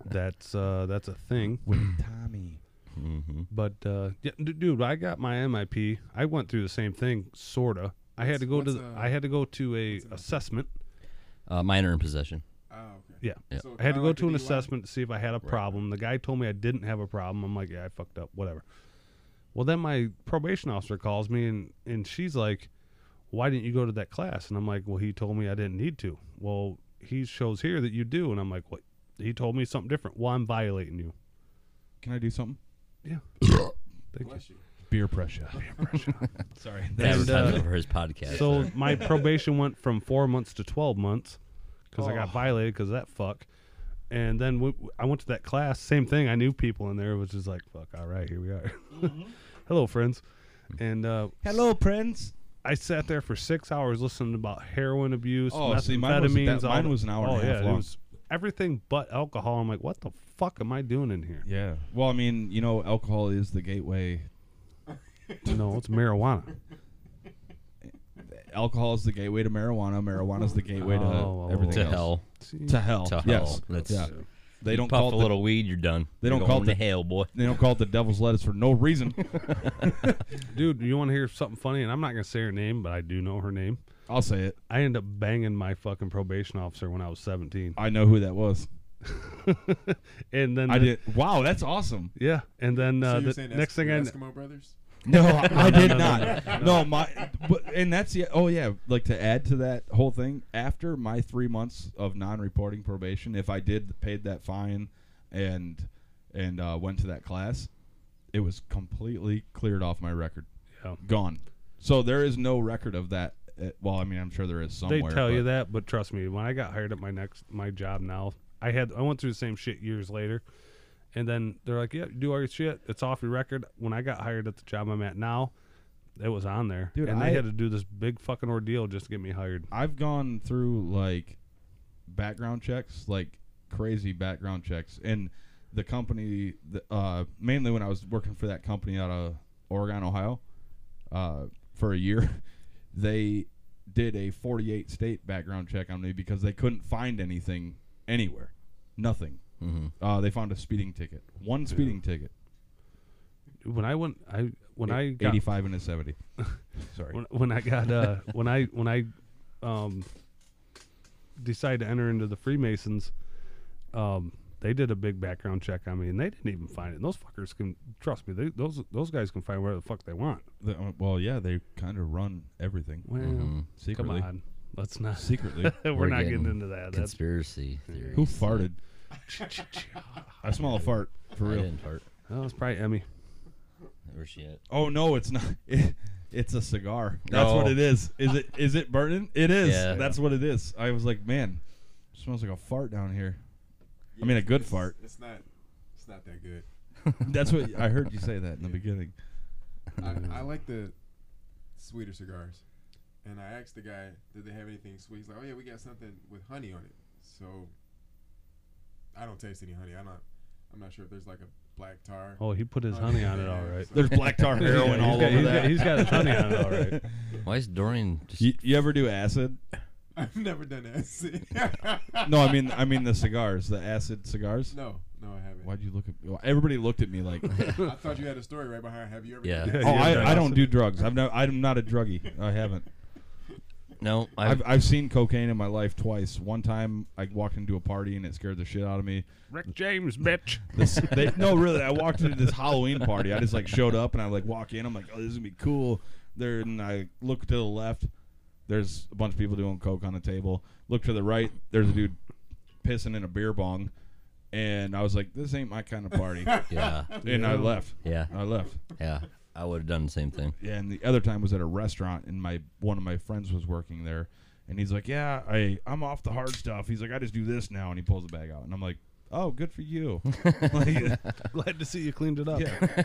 That's uh, that's a thing. (clears throat) with Tommy. Mm-hmm. But uh, yeah, d- dude, I got my MIP. I went through the same thing, sorta. I had What's- to go to what's the, a- I had to go to a what's an assessment. Uh, minor in possession. Oh, okay. Yeah, Yeah. So I had to kinda go like to the an DUI? assessment to see if I had a problem. The guy told me I didn't have a problem. I'm like, yeah, I fucked up, whatever. Well, then my probation officer calls me and and she's like, why didn't you go to that class? And I'm like, well, he told me I didn't need to. Well, he shows here that you do. And I'm like, what? He told me something different. Well, I'm violating you. Can I do something? Thank you. Bless you. (laughs) Beer pressure. (laughs) Sorry. And, Advertising uh, for his podcast. So (laughs) my probation went from four months to 12 months because I got Oh. violated because that fuck. And then w- w- I went to that class. Same thing. I knew people in there, which is like, fuck, all right, here we are. Mm-hmm. (laughs) Hello, friends. Mm. And uh, Hello, Prince. I sat there for six hours listening about heroin abuse, Oh, methamphetamines. see, mine wasn't that- all mine the- was an hour and oh, a half yeah, long. It was everything but alcohol. I'm like, what the fuck am I doing in (laughs) here? Yeah. Well, I mean, you know, alcohol is the gateway. no, it's marijuana. Alcohol is the gateway to marijuana. Marijuana is the gateway to Oh, everything to else. hell. See? To hell. To hell. Yes. That's- yeah. They You don't puff call it a the- little weed. You're done. They don't You're call going it to the- hell, boy. They don't call it the devil's lettuce for (laughs) no reason. Dude, you want to hear something funny? And I'm not going to say her name, but I do know her name. I'll say it. I ended up banging my fucking probation officer when I was 17. I know who that was. and then I the- did. Wow, that's awesome. Yeah, and then So uh, you're the saying next Eskimo, thing I kn- Eskimo brothers? (laughs) No, I, I did no, not. No, my but, and that's the oh yeah, like to add to that whole thing, after my 3 months of non-reporting probation, if I did paid that fine and and uh, went to that class, it was completely cleared off my record. Yeah. Gone. So there is no record of that. uh, Well, I mean, I'm sure there is they somewhere. tell you but- that, but trust me, when I got hired at my next my job now, I had I went through the same shit years later, and then they're like, "Yeah, do all your shit. It's off your record." When I got hired at the job I'm at now, it was on there, Dude, and I- they had to do this big fucking ordeal just to get me hired. I've gone through like background checks, like crazy background checks, and the company, the, uh, mainly when I was working for that company out of Oregon, Ohio, uh, for a year, (laughs) they did a 48 state background check on me because they couldn't find anything anywhere, nothing. Mhm. Uh, they found a speeding ticket, one speeding ticket, When I went, I when I eight- got 85 and (laughs) a 70. Sorry. when, when I got uh, (laughs) when I when I um, decided to enter into the Freemasons, um, they did a big background check on me, and they didn't even find it. And those fuckers can trust me; they, those those guys can find whatever the fuck they want. The- uh, well, yeah, they kind of run everything Well, Mhm. come secretly. on, let's not. Secretly. (laughs) We're, We're not getting, getting into that. That's Conspiracy theory. Who farted? (laughs) I smell a fart for I real. didn't fart. oh, it's probably Emmy. Where's she at? Oh no, it's not. It, it's a cigar. That's what No. it is. Is it is it burning? It is. Yeah. That's what it is. I was like, man, smells like a fart down here. I mean, a it's- good it's- fart. It's not. It's not that good. (laughs) That's what I heard you say that in the beginning. (laughs) I, I like the sweeter cigars. And I asked the guy, did they have anything sweet? He's like, oh yeah, we got something with honey on it. So I don't taste any honey. I'm not. I'm not sure if there's like a black tar. (laughs) Oh, he put his Oh, honey yeah, on it. yeah, All yeah, (laughs) right. so- There's black (laughs) tar Yeah, he's heroin all got- over he's that. got- he's got his honey on it, all (laughs) right. Why is Dorian just You, you ever do acid? I've never done acid. No, I mean I mean the cigars, the acid cigars. (laughs) no, no, I haven't. Why'd you look at? well, Everybody looked at me (laughs) like, I thought you had a story right behind. Have you (laughs) ever? Yeah. done acid? oh, You ever done I, I don't acid? do drugs. I've no, I'm not a druggie. I haven't. No, I I've, I've seen cocaine in my life twice. One time I walked into a party and it scared the shit out of me. Rick James, bitch. This, (laughs) they, no, really, I walked into this Halloween party. I just like showed up and I like walk in. I'm like, oh, this is gonna be cool. There, and I look to the left. There's a bunch of people doing coke on the table. Look to the right. There's a dude pissing in a beer bong, and I was like, this ain't my kind (laughs) of party. yeah, and I left. yeah, I left. yeah. I would have done the same thing. Yeah, and the other time was at a restaurant, and my one of my friends was working there, and he's like, "Yeah, I I'm off the hard stuff." He's like, "I just do this now," and he pulls the bag out, and I'm like, "Oh, good (laughs) for you. Like, (laughs) (laughs) Glad to see you cleaned it up. yeah.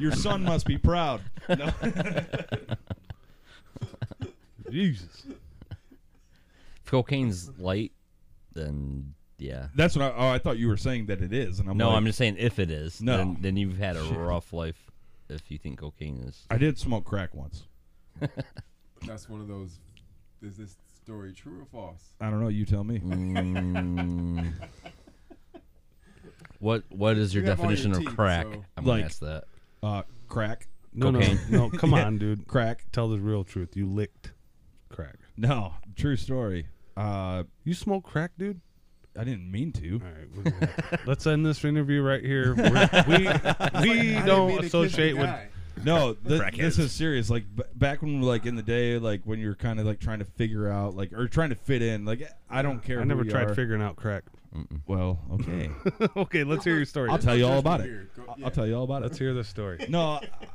Your son must be proud." (laughs) No. (laughs) Jesus. If cocaine's light, then yeah. That's what I. Oh, I thought you were saying that it is, and I'm no, like, I'm just saying if it is, No. then, then you've had a rough life. If you think cocaine is, I did smoke crack once. That's one of those. Is this story true or false? I don't know. You tell me. Mm. what what is your You have all your definition of teeth, crack? so- I'm gonna Like- ask (laughs) that. Uh, crack, No, no, Cocaine. no. Come on, dude. crack. Tell the real truth. You licked crack. No, true story. Uh, You smoke crack, dude? I didn't mean to. All right, we're gonna (laughs) have (laughs) to- let's end this interview right here. We're, we we I didn't don't mean to kiss the associate with guy. No, th- Crackheads. this is serious. Like b- back when, like in the day, like when you're kind of like trying to figure out, like or trying to fit in. Like I don't care. I who never you tried are. figuring out (laughs) crack. Well, (laughs) okay. okay, let's hear your story. I'll tell you all about it. Here, go- I'll- yeah. I'll tell you all about Let's it. hear the story. No,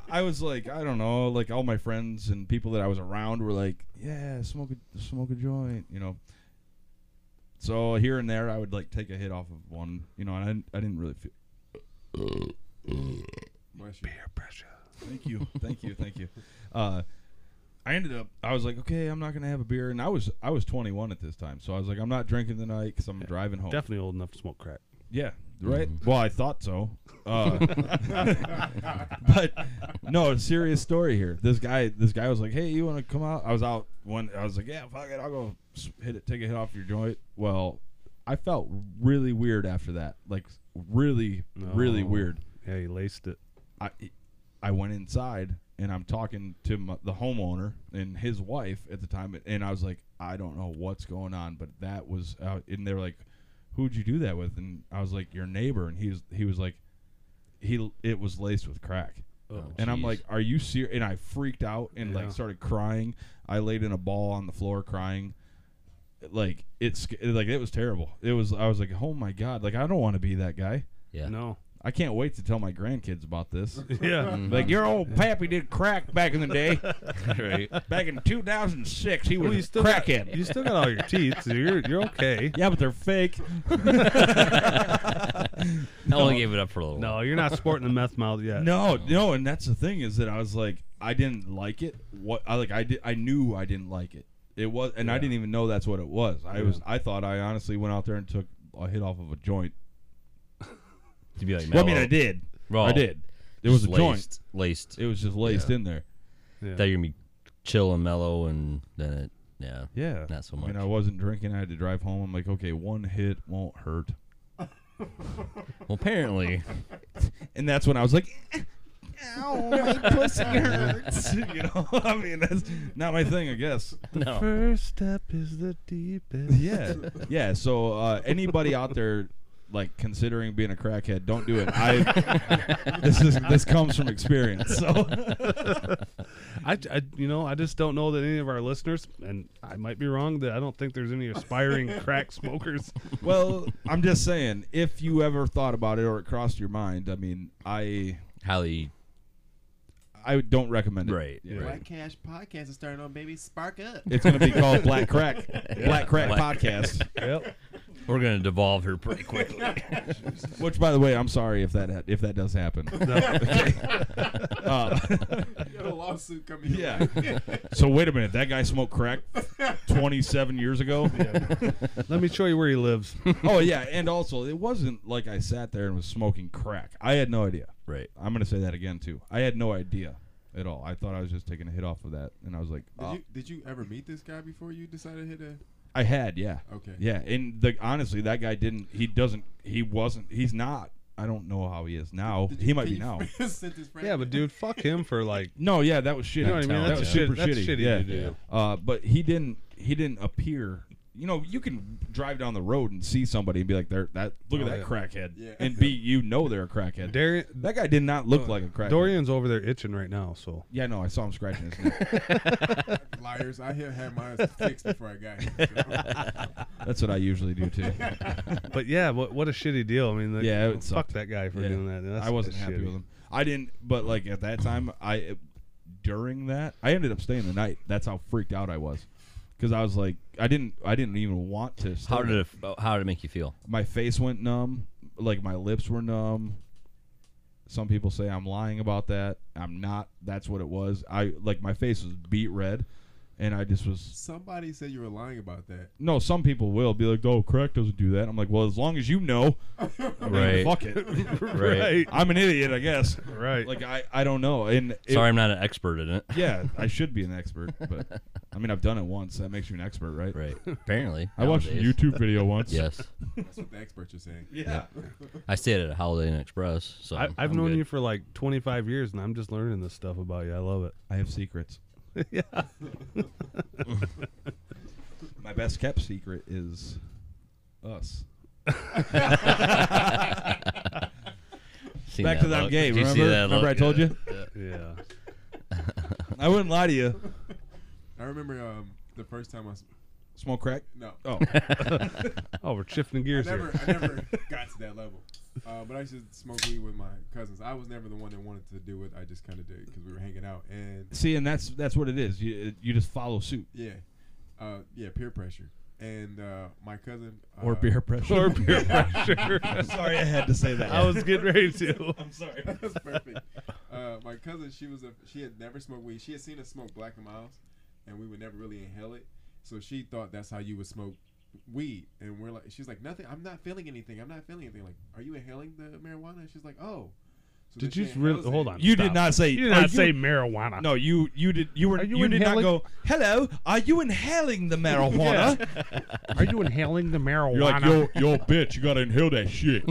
I- I was like, I don't know. Like all my friends and people that I was around were like, yeah, smoke a smoke a joint, you know. So here and there, I would like take a hit off of one, you know, and I didn't, I didn't really feel. Bless you. Thank you, thank you, thank you. Uh, I ended up. I was like, okay, I'm not gonna have a beer, and I was I was 21 at this time, so I was like, I'm not drinking tonight because I'm driving home. Definitely old enough to smoke crack. Yeah. Right. Well, I thought so. Uh, (laughs) but no, a serious story here. This guy, this guy was like, "Hey, you want to come out?" I was out one. I was like, "Yeah, fuck it, I'll go s- hit it, take a hit off your joint." Well, I felt really weird after that. Like really, really No. weird. Yeah, you laced it. I I went inside and I'm talking to my, the homeowner and his wife at the time, and I was like, I don't know what's going on, but that was, uh, and they're like, who'd you do that with? And I was like, your neighbor, and he was he was like, he it was laced with crack. Oh, and I'm jeez. like, "Are you serious?" And I freaked out and Yeah. like started crying. I laid in a ball on the floor crying. Like it's like it was terrible. It was I was like, "Oh my god!" Like I don't want to be that guy. Yeah. (laughs) No. I can't wait to tell my grandkids about this. Yeah. Like your old pappy did crack back in the (laughs) day. right. back in 2006, he was you still got- cracking. (laughs) You still got all your teeth, so you're you're okay. yeah, but they're (laughs) fake. I only gave it up for a little. No, while. you're not sporting the meth mouth yet. No, no, and that's the thing is that I was like, I didn't like it. What I like, I did, I knew I didn't like it. It was, and I didn't even know that's what it was. I was, I thought I honestly went out there and took a hit off of a joint. to be like, Well, I mean, mellow, I did. Oh. raw, I did. It was a just joint. laced, laced. It was just laced in there. That you're gonna be chill and mellow, and then it, yeah, Yeah, (laughs) Not so I mean, much. I wasn't drinking. I had to drive home. I'm like, okay, one hit won't hurt. Well, (laughs) apparently, and that's when I was like, "Eh, "Ow, my pussy hurts." (laughs) you know, I mean, that's not my thing, I guess. (laughs) no. First step is the deepest. Yeah, yeah. So uh, anybody out there, like considering being a crackhead, don't do it. (laughs) I this is this comes from experience. So (laughs) I, I, you know, I just don't know that any of our listeners, and I might be wrong, that I don't think there's any aspiring (laughs) crack smokers. well, I'm just saying, if you ever thought about it or it crossed your mind, I mean, I Highly, I don't recommend it. Right, Yeah. Black Cash podcast is starting on Baby Spark (laughs) Up. It's gonna be called (laughs) Black Crack, Black Crack Black- Podcast. Yep. (laughs) we're gonna devolve here pretty (laughs) quickly. Which, by the way, I'm sorry if that ha- if that does happen. (laughs) Okay. Uh, (laughs) You got a lawsuit coming. your Yeah. way. (laughs) so wait a minute, that guy smoked crack 27 (laughs) years ago. Let me show you where he lives. oh yeah, and also it wasn't like I sat there and was smoking crack. I had no idea. right. I'm gonna say that again too. I had no idea at all. I thought I was just taking a hit off of that, and I was like, did, (laughs) oh. you, did you ever meet this guy before you decided to hit a? I had, yeah, Okay. yeah. And the honestly, that guy didn't. He doesn't. He wasn't. He's not. I don't know how he is now. Did you, He might (laughs) can be you now. send this friend? Yeah, but dude, fuck him for like. No, yeah, that was shitty. know what I mean? That That's was shitty. super That's shitty. shitty yeah. to do. Uh, but he didn't. He didn't appear. You know, you can drive down the road and see somebody and be like, "There, that look at Oh, that yeah. crackhead," Yeah. (laughs) and be you know they're a crackhead. Darian, that guy did not Oh, look like a crackhead. Dorian's over there itching right now, so. Yeah, no, I saw him scratching his neck. (laughs) (laughs) Liars. I have had mine fixed before I got here. That's what I usually do too. (laughs) But yeah, what what a shitty deal. I mean, like, Yeah, it fuck sucked. that guy for Yeah. doing that. (laughs) That's I wasn't that's happy shitty. with him. I didn't. But like at that time, I during that, I ended up staying the night. That's how freaked out I was, because I was like, I didn't, I didn't even want to. Stay How did there. it? How did it make you feel? my face went numb, like my lips were numb. Some people say I'm lying about that. I'm not. That's what it was. I like my face was beat red, and I just was. Somebody said you were lying about that. (laughs) No, some people will be like, "Oh, crack doesn't do that." I'm like, "Well, as long as you know, I mean, Right. fuck it. (laughs) Right. I'm an idiot, I guess. Right. Like I, I don't know. And it- Sorry, I'm not an expert in it. yeah, I should be an expert, but I mean, I've done it once. That makes you an expert, right? (laughs) Right. Apparently, I watched a nowadays. YouTube video once. Yes, That's what the experts are saying. Yeah. I stayed at a Holiday Inn Express. So I, I've I'm known good. you for (laughs) like 25 years, and I'm just learning this stuff about you. I love it. I have secrets. (laughs) yeah. My best kept secret is us. Seen Back that to that look. game. Did you Remember? see that remember I look? told Yeah. you? Yeah. I wouldn't lie to you. (laughs) I remember um, the first time I s- Smoke crack? no, Oh, (laughs) Oh, we're shifting I gears never, here. I (laughs) never got to that level. Uh, but I used to smoke weed with my cousins. I was never the one that wanted to do it. I just kind of did because we were hanging out and (laughs) see, and that's that's what it is. You you just follow suit yeah, uh, yeah, peer pressure. And uh, my cousin uh, or peer pressure. Or (laughs) peer (laughs) pressure. Sorry, I had to say that. I was getting ready (laughs) to. I'm sorry. (laughs) That's perfect. Uh, my cousin, she was a she had never smoked weed. She had seen us smoke black and miles, and we would never really inhale it. So she thought that's how you would smoke weed. And we're like, she's like, nothing. I'm not feeling anything. I'm not feeling anything. Like, are you inhaling the marijuana? And she's like, oh. So then Did she you just really inhales it. hold on? You stop. did not say. You did are not say marijuana. (laughs) No, you you did you were Are you, you did not inhaling- go. Hello, are you inhaling (laughs) the marijuana? Are you inhaling the marijuana? yo, bitch, you gotta inhale that shit.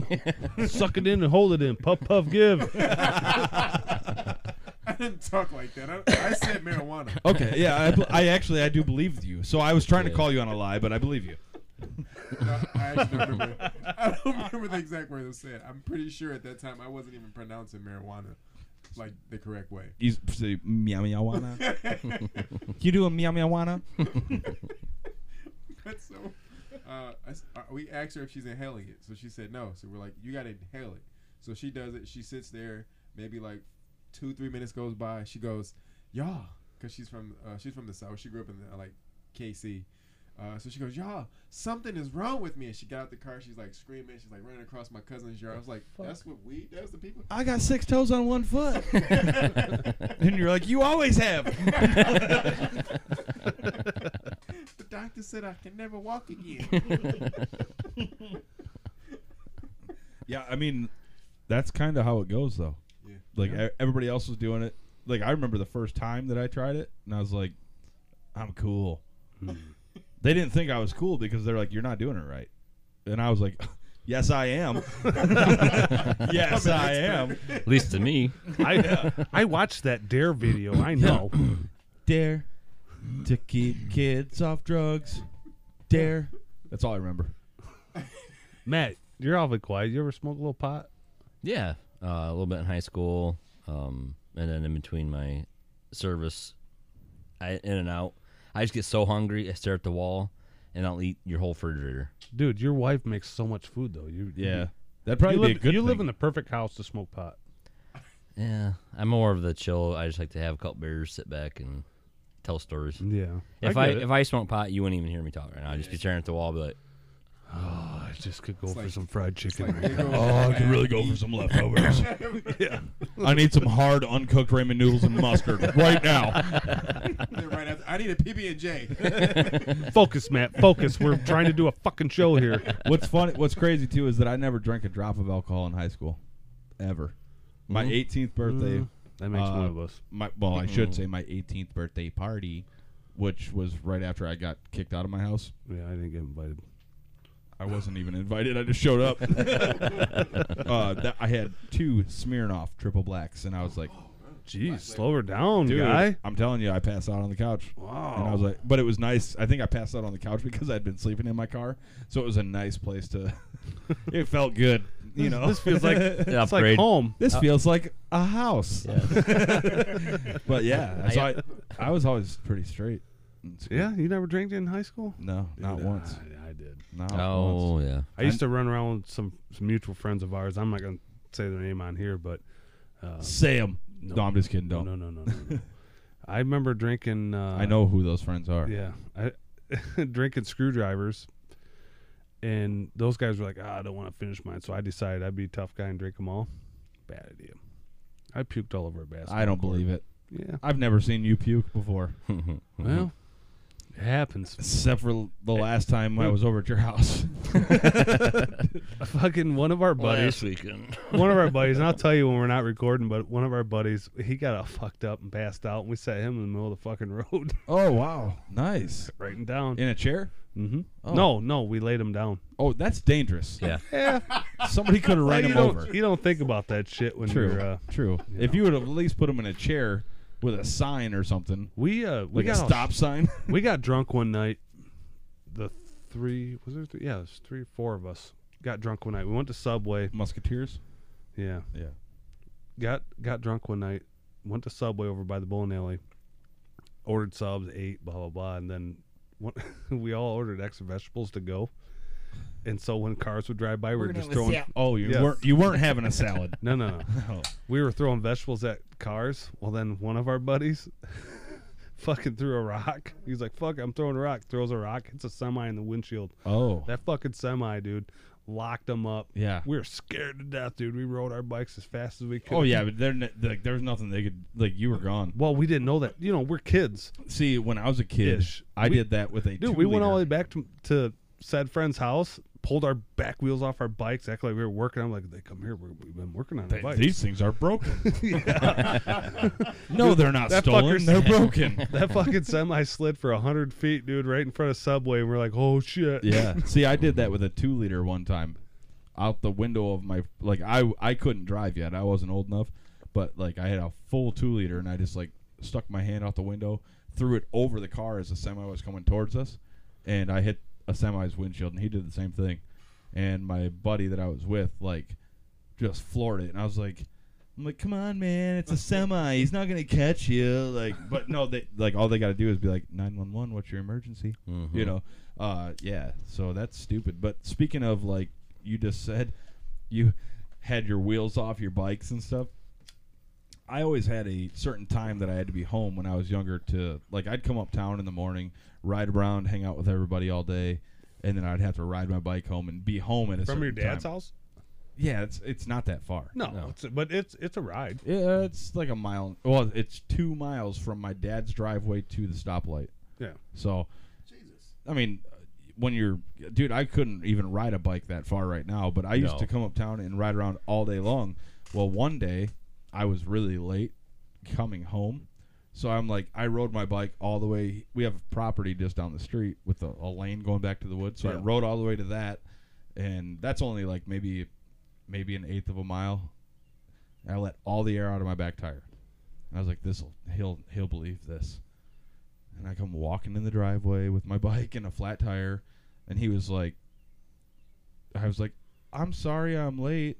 (laughs) (laughs) Suck it in and hold it in. Puff, puff, give. (laughs) (laughs) I didn't talk like that. I, I (laughs) said marijuana. okay, yeah, I, bel- I actually I do believe you. So I was trying to Yeah. call you on a lie, but I (laughs) believe you. (laughs) No, I actually don't remember. I don't remember the exact words I said. I'm pretty sure at that time I wasn't even pronouncing marijuana like the correct way. You s- say meow meowana. you do a meow (laughs) meowana. (laughs) That's so. Uh, I s- uh, we asked her if she's inhaling it, so she said no. So we're like, you gotta inhale it. So she does it. She sits there. Maybe like two, three minutes goes by. She goes, y'all, because she's from uh, she's from the south. She grew up in uh, like KC. Uh, so she goes, y'all, something is wrong with me. And she got out the car. She's like screaming. She's like running across my cousin's yard. I was like, that's what we. That's the people. I got six toes on one foot. (laughs) and you're like, you always (laughs) have. The doctor said I can never walk again. yeah, I mean, that's kind of how it goes, though. yeah. Like e- everybody else was doing it. Like I remember the first time that I tried it, and I was like, "I'm cool." (laughs) they didn't think I was cool because they're like, "You're not doing it right," and I was like, (laughs) "Yes, I am. (laughs) yes, I am." (laughs) At least to me. I I watched that Dare video. I know. Dare to keep kids off drugs. Dare. That's all I remember. Matt, you're awfully quiet. You ever smoke a little pot? Yeah, uh, a little bit in high school, um, and then in between my service, I, in and out. I just get so hungry, I stare at the wall, and I'll eat your whole refrigerator. Dude, your wife makes so much food though. You Yeah, you- that'd probably You, be live, a good. you thing. live in the perfect house to smoke pot. Yeah, I'm more of the chill. I just like to have a couple beers, sit back, and tell stories. Yeah. If I, if I smoke pot, you wouldn't even hear me talk right now. I'd just be staring at the wall, be like, Oh, I just could go for like- some fried chicken like right big now. old Oh, I could fat (laughs) really go for some (laughs) leftovers. I need some hard, uncooked ramen noodles and mustard right now. Then right after, I need a PB and (laughs) J. Focus, Matt. Focus. We're trying to do a fucking show here. What's funny? What's crazy too is that I never drank a drop of alcohol in high school, ever. My 18th birthday, That makes Uh, one of us. my well, I should say my 18th birthday party, which was right after I got kicked out of my house. Yeah, I didn't get invited. I wasn't even invited. I just showed up. uh, that, I had two Smirnoff triple blacks, and I was like, Jeez, slow her down, Dude, guy. I'm telling you, I passed out on the couch. Wow. And I was like, but it was nice. I think I passed out on the couch (laughs) because I'd been sleeping in my car, so it was a nice place (laughs) to. it felt good, you know. this feels (laughs) like (laughs) it's like upgrade. home. This feels like a house. (laughs) but Uh, yeah, so I, I was always pretty straight. in school. Yeah, you never drank in high school? No, not Dude, once. I, I did. Not "Oh once. yeah, I used to run around with some, some mutual friends of ours. I'm not gonna say their name on here, but uh, Sam. No, I'm just kidding. no, Don't. no, no, no. no, (laughs) no. I remember drinking. Uh, I know who those friends are. Yeah, I (laughs) drinking screwdrivers, and those guys were like, "Ah, "I don't want to finish mine," so I decided I'd be a tough guy and drink them all. Bad idea. I puked all over a basket. I don't believe it. Yeah. I've never seen you puke before, Mm-hmm. Well, it happens. except for (laughs) the last time I was over at your house. Fucking one of our last buddies. weekend." one of our buddies, and I'll tell you when we're not recording, but one of our buddies, he got all fucked up and passed out, and we sat him in the middle of the fucking (laughs) road, Oh wow, nice. writing down. In a chair? Mm-hmm. Oh. No, no, we laid him down. Oh, that's (laughs) dangerous. (laughs) yeah, Yeah, Somebody could have ran you him don't, over. you don't think about that shit when True. you're. Uh, True. If you would have at least put him in a chair with a sign or something, we uh, we like a got all- (laughs) stop sign. we got drunk one night. The three was there? Three, yeah, there's three, four of us got drunk one night. We went to Subway. Musketeers. Yeah, Yeah. got got drunk one night. Went to Subway over by the bowling alley, ordered subs, ate, blah blah blah, and then one, (laughs) we all ordered extra vegetables to go. And so when cars would drive by, we We're were gonna just have a throwing. salad. Oh, you Yes. weren't you weren't having a salad. No, (laughs) no, no. No. We were throwing vegetables at cars. Well, then one of our buddies (laughs) fucking threw a rock. He's like, "Fuck, I'm throwing a rock." Throws a rock. Hits a semi in the windshield. Oh. That fucking semi, dude, locked him up. Yeah. We were scared to death, dude. We rode our bikes as fast as we could. Oh yeah, but they're n- like there's nothing they could like you were gone. Well, we didn't know that. You know, we're kids. See, when I was a kid, Ish. I We- did that with a Dude, we went all the way two-liter. back to, to said friend's house, pulled our back wheels off our bikes, acted like we were working. I'm like, they come here. We're, we've been working on our Th- bikes. (laughs) These things are broken. no, they're not That stolen. fucker's- (laughs) They're broken. that fucking semi slid for 100 feet, dude, right in front of Subway. And we're like, oh, shit. yeah. See, I did that with a two liter one time, out the window of my like I I couldn't drive yet. I wasn't old enough, but like I had a full two liter and I just like stuck my hand out the window, threw it over the car as the semi was coming towards us, and I hit a semi's windshield and he did the same thing, and my buddy that I was with like just floored it and I was like. I'm like, come on, man! It's a semi. He's not gonna catch you. Like, but no, they like all they gotta do is be like, nine one one. What's your emergency? Mhm. You know, uh, yeah. So that's stupid. But speaking of like you just said, you had your wheels off your bikes and stuff. I always had a certain time that I had to be home when I was younger to like I'd come uptown in the morning, ride around, hang out with everybody all day, and then I'd have to ride my bike home and be home at a From your certain dad's time. house? Yeah, it's it's not that far. No. It's but it's it's a ride. Yeah, it's like a mile. Well, it's two miles from my dad's driveway to the stoplight. Yeah. So, Jesus. I mean, uh, when you're, dude, I couldn't even ride a bike that far right now. But I used No. to come uptown and ride around all day long. Well, one day I was really late coming home, so I'm like, I rode my bike all the way. We have property just down the street with a, a lane going back to the woods, so I Yeah. rode all the way to that, and that's only like maybe, maybe an eighth of a mile. And I let all the air out of my back tire. And I was like, "This will he'll he'll believe this." And I come walking in the driveway with my (laughs) bike and a flat tire, and he was like, "I was like, I'm sorry, I'm late.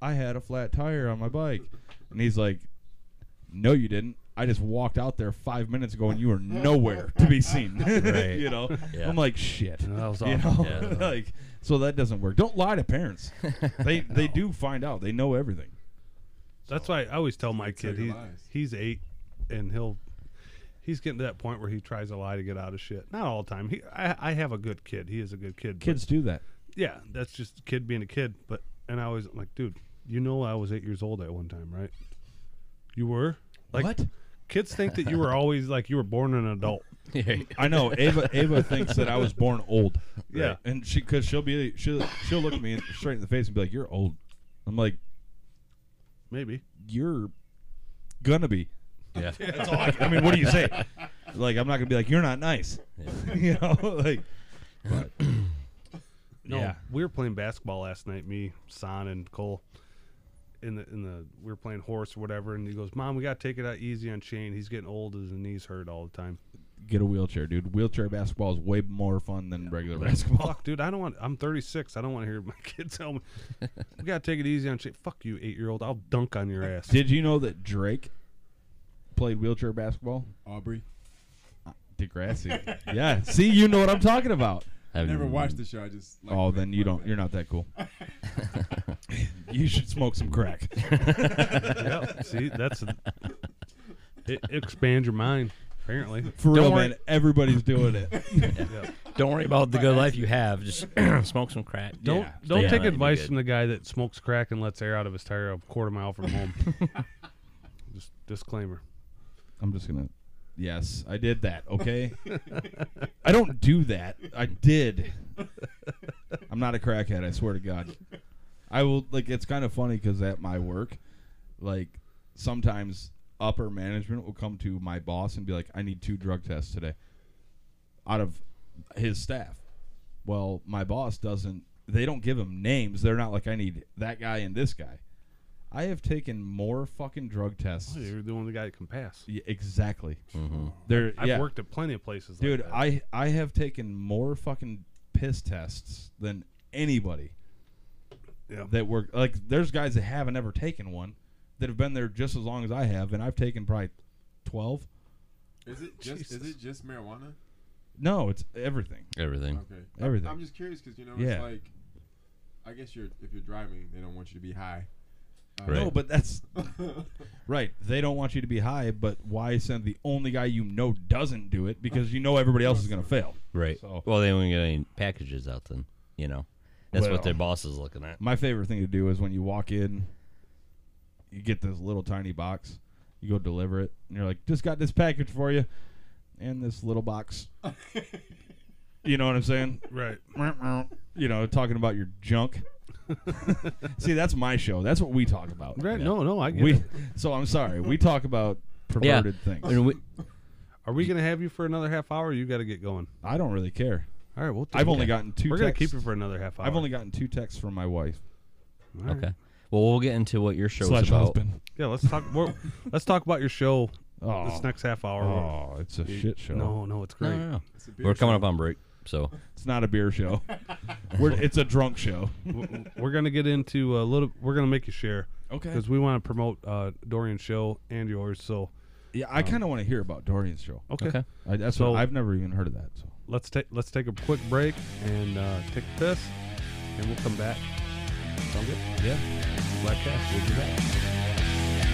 I had a flat tire on my bike," and he's like, "No, you didn't. I just walked out there five minutes ago, and you were nowhere to be seen." (laughs) Right. you know, Yeah. I'm like, "Shit." That was You awful. know, Yeah. (laughs) like so that doesn't work. Don't lie to parents. (laughs) They they do find out. They know everything. That's why I always tell my It's like kid he's, lies. he's eight and he'll he's getting to that point where he tries to lie to get out of shit. Not all the time. He I, I have a good kid. He is a good kid. but- Kids do that. yeah, that's just a kid being a kid. But and I always I'm like, dude, you know I was eight years old at one time, right? You were like (laughs) What? kids think that (laughs) you were always like you were born an adult. I know Ava. Ava thinks that I was born old. Yeah. and she because she'll be she'll she'll look me in, straight in the face and be like, "You're old." I'm like, Maybe "You're gonna be." yeah. That's all I, (laughs) I mean, what do you (laughs) say? Like, I'm not gonna be like, "You're not nice." (laughs) you know, like. but- (clears throat) no. Yeah. We were playing basketball last night. Me, Son, and Cole. In the in the we were playing horse or whatever, and he goes, "Mom, we gotta take it out easy on Shane. He's getting old. His knees hurt all the time." Get a wheelchair, dude. Wheelchair basketball is way more fun than regular basketball. Fuck, dude, I don't want. I'm 36. I don't want to hear my (laughs) kid tell me we gotta take it easy on Shane. Fuck you, eight year old. I'll dunk on your (laughs) ass. Did you know that Drake played wheelchair basketball? Aubrey. Degrassi. (laughs) yeah. See, you know what I'm talking about. I've Never watched the show. I just. Like Oh, then you don't. You're not (laughs) that cool. you should smoke some crack. (laughs) (laughs) yeah, see, that's it, expands your mind. (laughs) Apparently, For Don't real, worry. man. Everybody's doing it. (laughs) (laughs) Don't worry about the good life you have. Just (clears throat) smoke some crack. don't Yeah. don't Yeah, take that'd be advice good. from the guy that smokes crack and lets air out of his tire a quarter mile from (laughs) home. Just disclaimer. I'm just gonna. Yes, I did that. Okay. I don't do that. I did. I'm not a crackhead. I swear to God. I will like. It's kind of funny because at my work, like sometimes upper management will come to my boss and be like, "I need two drug tests today," out of his staff. Well, my boss doesn't. They don't give him names. They're not like, "I need that guy and this guy." I have taken more fucking drug tests. You're the only guy that can pass. Yeah, exactly. There, I've yeah. worked at plenty of places, dude. Like that. I I have taken more fucking piss tests than anybody Yeah. that work. Like, there's guys that haven't ever taken one that have been there just as long as I have, and I've taken probably twelve. Is it just is Jesus. it just marijuana? No, it's everything. Everything. Okay. I'm- Everything. I'm just curious because you know Yeah. it's like, I guess you're if you're driving, they don't want you to be high. Uh, Right. No, but that's I right. They don't want you to be high, but why send the only guy you know doesn't do it because you know everybody else is going to fail. Right. So- Well, they won't get any packages out then. You know, that's Well. what their boss is looking at. My favorite thing to do is when you walk in, you get this little tiny box, you go deliver it, and you're like, "Just got this package for you," and this little box. you know what I'm saying? Right. You know, talking about your junk. (laughs) See, that's my show. That's what we talk about. Right. No, no, I get We. it. So I'm sorry. We talk about perverted things. And we, Are we gonna have you for another half hour? You got to get going. I don't really care. All right, we'll. do I've it. only gotten two. We're gonna texts. keep it for another half hour. I've only gotten two texts from my wife All right. okay. Well, we'll get into what your show is slash about. husband. Yeah, let's talk. More, let's talk about your show Oh, this next half hour. oh, it's a shit show. No, no, it's No, great. no, no. (laughs) It's a beer We're coming show. up on break, so It's not a (laughs) beer show. We're, it's a drunk show. W- we're gonna get into a little. We're gonna make you share Okay. because we want to promote uh, Dorian's show and yours. So Yeah, I kind of want to hear about Dorian's show. okay, Okay. I, that's So- what, I've never even heard of that. So. let's take let's take a quick break and uh, take a piss, and we'll come back. Sound good? Yeah. Black Cast. We'll be back.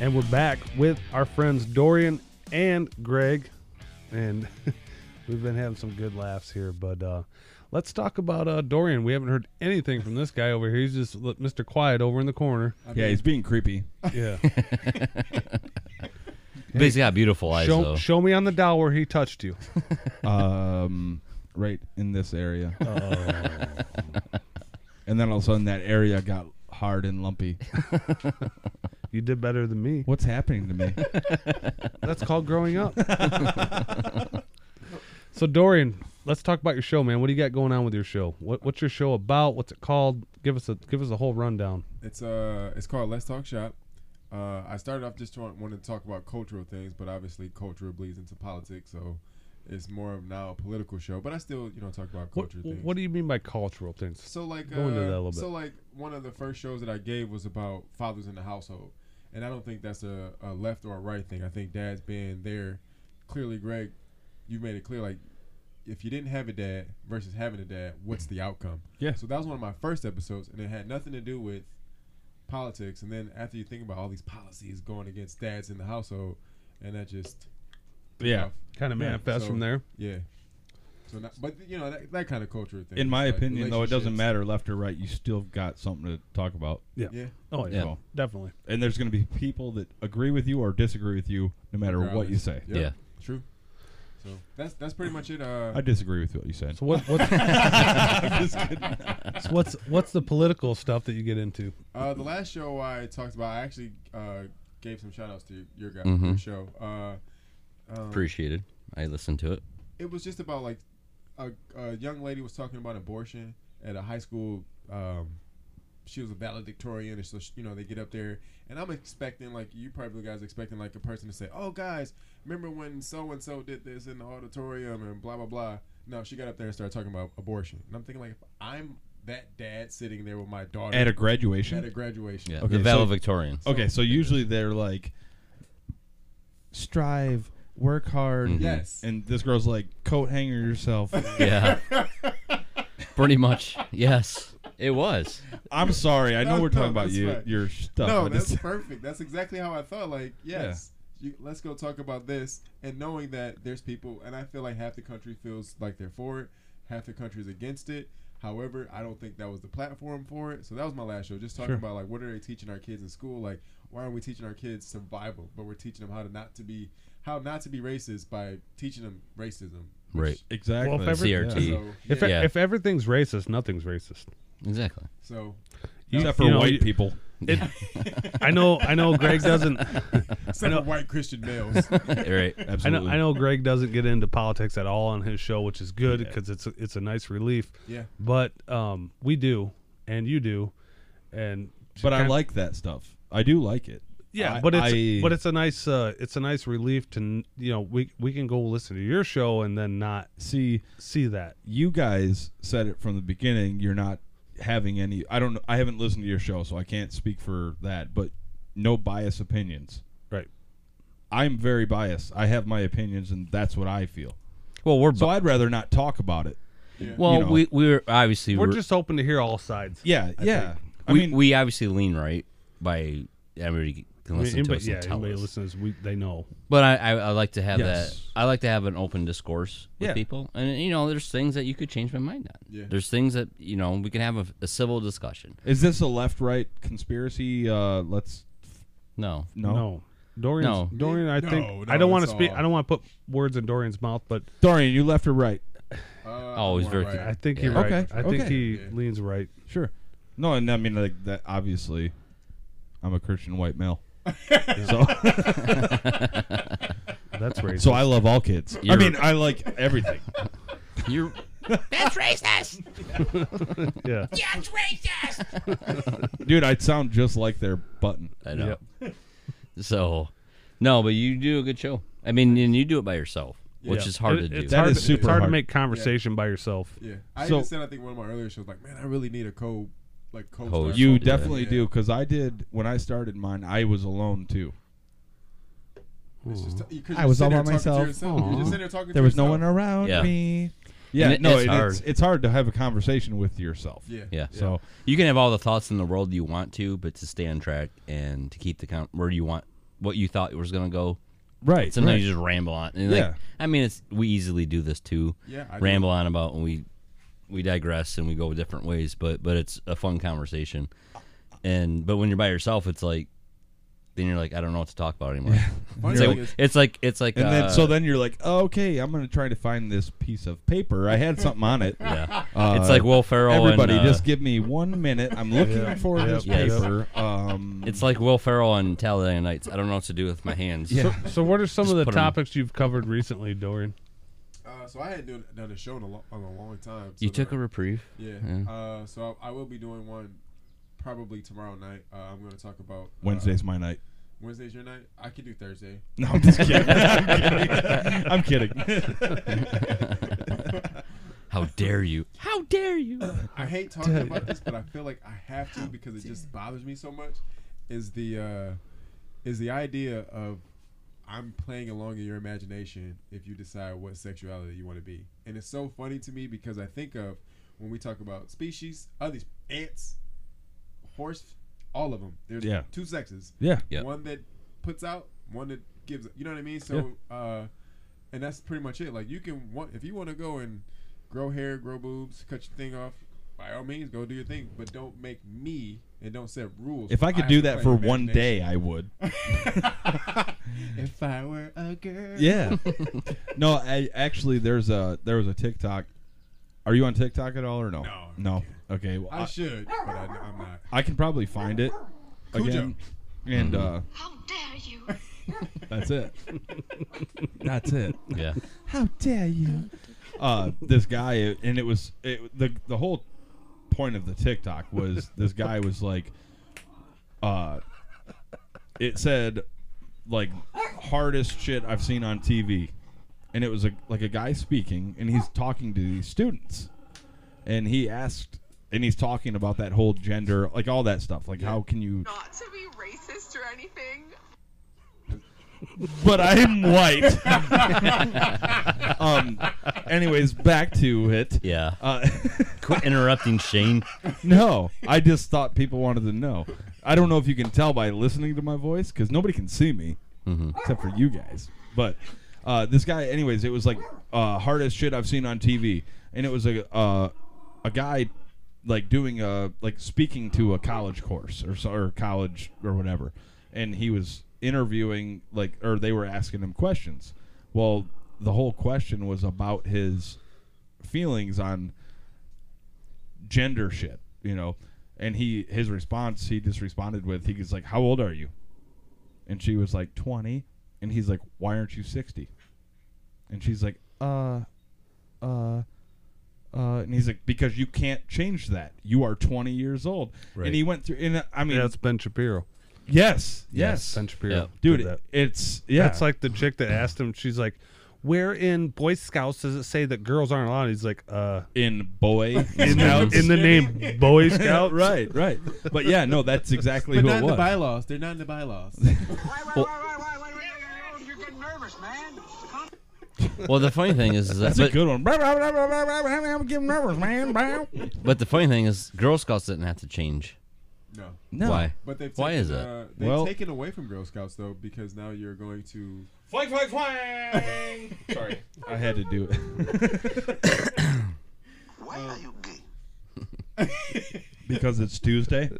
And we're back with our friends Dorian and Greg. And (laughs) we've been having some good laughs here, but uh, let's talk about uh, Dorian. We haven't heard anything from this guy over here. He's just look, Mr. Quiet over in the (laughs) corner. Yeah, he's being creepy. Yeah. but he's got beautiful eyes show, though. show me on the dial where he touched you. um, right in this area. Oh. (laughs) and then all of a sudden, that area got hard and lumpy. You did better than me. What's happening (laughs) to me? That's called growing up. so Dorian, let's talk about your show, man. What do you got going on with your show? What, what's your show about? What's it called? Give us a give us a whole rundown. It's uh, it's called Let's Talk Shop. Uh, I started off just trying, wanting to talk about cultural things, but obviously culture bleeds into politics, so it's more of now a political show. But I still, you know, talk about What, culture things. what do you mean by cultural things? So like, Go into uh, that a little so like one of the first shows that I gave was about fathers in the household, and I don't think that's a, a left or a right thing. I think dads being there, clearly, Greg, you made it clear like, if you didn't have a dad versus having a dad, what's the outcome? Yeah. So that was one of my first episodes, and it had nothing to do with politics. And then after you think about all these policies going against dads in the household, and that just yeah. Kind of Yeah, manifest so- from there. yeah. So not, but you know that, that kind of culture thing. In my like opinion, though, it doesn't relationships. matter left or right. You still got something to talk about. Yeah. Oh Yeah. So- definitely. And there's going to be people that agree with you or disagree with you, no matter what you Regardless. say. yeah. True. So that's that's pretty much it. Uh, (laughs) I disagree with what you said. So what what's, So what's what's the political stuff that you get into? (laughs) uh, the last show I talked about, I actually uh, gave some shout outs to your guy, your Mhm. show. Uh, um, Appreciated. I listened to it. it was just about like a, a young lady was talking about abortion at a high school. Um, she was a valedictorian, and so she, you know they get up there, and I'm expecting like you probably guys expecting like a person to say, "Oh, guys, remember when so and so did this in the auditorium and blah blah blah." No, she got up there and started talking about abortion, and I'm thinking like, if I'm that dad sitting there with my daughter At a graduation. at a graduation, Yeah. Okay, the so- Oh. valedictorian. Okay, so usually they're like, strive, work hard. Mhm. yes, And this girl's like, coat hanger (laughs) yourself. (laughs) Yeah. (laughs) Pretty much. Yes. It was. I'm sorry. I know No, we're talking no, about that's you, fine. your stuff. No, I that's (laughs) just- perfect. That's exactly how I thought. Like, yes, you, let's go talk about this. And knowing that there's people, and I feel like half the country feels like they're for it, half the country is against it. However, I don't think that was the platform for it. So that was my last show, just talking Sure. about like what are they teaching our kids in school? Like, why aren't we teaching our kids survival, but we're teaching them how to not to be how not to be racist by teaching them racism. which- Right. exactly. Well, if every- CRT. So, If e, yeah, Yeah. if everything's racist, nothing's racist. Exactly. so Except for you know, white you- people. It, I know I know Greg doesn't (laughs) except for white Christian males. right. I know, Absolutely. I know Greg doesn't get into politics at all on his show, which is good because it's a, it's a nice relief. yeah. But um, we do, and you do, and But I kind- like that stuff. I do like it. Yeah, I- but it's I- but it's a nice uh, it's a nice relief to n- you know we we can go listen to your show and then not See, see that. you guys said it from the beginning. You're not having any. I don't. know- I haven't listened to your show, so I can't speak for that. But no bias opinions. Right. I'm very biased. I have my opinions, and that's what I feel. Well, we're So I'd rather not talk about it. well, know. we we're obviously We're we're- just open to hear all sides. Yeah, yeah. I we, mean, we obviously lean right by everybody can I mean, listen to anybody, us yeah, and tell anybody us. listens, we they know. But I, I, I like to have Yes. that. I like to have an open discourse with Yeah. people, and you know, there's things that you could change my mind on. Yeah. There's things that you know we can have a, a civil discussion. is this a left-right conspiracy? Uh, let's No, (laughs) no. No, Dorian. No. Dorian. I No, think no, I don't want to that's speak. all. I don't want to put words in Dorian's mouth, but Dorian, you left or right? Uh, Oh, he's I'm very alright. I think Yeah. you're right. Okay, I think okay. he Yeah. leans right. Sure. No, and I mean like that. Obviously, I'm a Christian white (laughs) male, so (laughs) That's racist. so I love all kids. I You're- mean, I like (laughs) everything. you're That's racist. yeah. That's racist. Dude, I'd sound just like their button. I know. (laughs) So, no, but you do a good show. I mean, and you do it by yourself, which Yeah. is hard It- to do. It's That hard, is to- super it's hard, to hard. make conversation by yourself. Yeah, I So- even said I think one of my earlier shows like, man, I really need a co, like co. Host. You Yeah. definitely do, because I did when I started mine. I was alone too. I was all by myself. You're just sitting there talking. to There was no yourself. one around Yeah. me. Yeah, it- no, it's it- hard. it's it's hard to have a conversation with yourself. Yeah. yeah. So You can have all the thoughts in the world you want to, but to stay on track and to keep the count where you want what you thought it was going to go. right, Sometimes right. you just ramble on. And like, Yeah. I mean, it's we easily do this too. Yeah, I do. ramble on about and we we digress and we go different ways, but but it's a fun conversation. And but when you're by yourself, it's like then you're like I don't know what to talk about anymore. Funny It's, like, thing is- it's like it's like and then uh, so then you're like, oh, okay, I'm gonna try to find this piece of paper. I had something on it. yeah. Uh, it's like Will Ferrell. (laughs) Everybody, and, uh, just give me one minute. I'm looking Yeah. for Yep. this Yes. paper. Um, it's like Will Ferrell on Talladega Nights. I don't know what to do with my hands. yeah. So, what are some Just of the put 'em- topics you've covered recently, Dorian? Uh, so I hadn't done, done a show in a, lo- in a long time. You so took the- a reprieve. Yeah. Yeah. Uh, so I, I will be doing one probably tomorrow night. Uh, I'm going to talk about uh, Wednesday's my night. Wednesday's your night. I could do Thursday. (laughs) (laughs) No, (laughs) I'm just kidding. I'm kidding. (laughs) How dare you? How dare you? I hate talking about this, but I feel like I have to because it just bothers me so much. Is the uh, is the idea of I'm playing along in your imagination if you decide what sexuality you want to be, and it's so funny to me because I think of when we talk about species, other ants, horse, all of them. There's Yeah. two sexes. Yeah. Yeah. One that puts out, one that gives. You know what I mean? So, uh, and that's pretty much it. Like you can want if you want to go and grow hair, grow boobs, cut your thing off. By all means, go do your thing, but don't make me and don't set rules. If I could have do to that play for my one day, imagination. I would. if I were a girl, Yeah. no, I, actually, there's a there was a TikTok. Are you on TikTok at all or no? No. No. Okay. Well, I I, should, but I, am not. I can probably find it Cujo. again. And uh, How dare you? (laughs) that's it. that's it. Yeah. How dare you? Uh, this guy, and it was it, the the whole point of the TikTok (laughs) was this guy was like, uh, it said like hardest shit I've seen on TV, and it was a, like a guy speaking, and he's talking to these students, and he asked, and he's talking about that whole gender, like all that stuff, like how can you? not to be racist or anything. But I'm white. (laughs) um. Anyways, back to it. Yeah. Uh, Quit interrupting Shane. no, I just thought people wanted to know. I don't know if you can tell by listening to my voice because nobody can see me except for you guys. But uh, this guy, anyways, it was like uh, hardest shit I've seen on TV, and it was a uh, a guy like doing a like speaking to a college course or so, or college or whatever, and he was interviewing like or they were asking him questions. Well, the whole question was about his feelings on gender shit, you know. And he his response he just responded with he was like, "How old are you?" And she was like, "20." And he's like, "Why aren't you 60?" And she's like, "Uh uh uh, and he's like, because you can't change that. You are 20 years old. Right. And he went through, and uh, I mean, Yeah, it's Ben Shapiro. Yes, yes, Ben Shapiro, Yeah. did dude. that. It's yeah. That's like the chick that asked him. She's like, "Where in Boy Scouts does it say that girls aren't allowed?" He's like, "Uh, in boy (laughs) in, the- in (laughs) the (laughs) name Boy Scout, right, right. But yeah, no, that's exactly But who not it in the was. bylaws. They're not in the (laughs) bylaws. Wait, wait, wait, wait, wait, wait, wait, wait, You're getting nervous, man. Come Well, the funny thing is, is that that's a but, good one. I'm getting nervous, man. Bow. but the funny thing is, Girl Scouts didn't have to change. no. No. Why? But they've Why taken, is that? Uh, they've Well- taken away from Girl Scouts though because now you're going to Flank, flank, flank. Sorry, I had to do it (coughs) Why are you gay? (laughs) because it's Tuesday.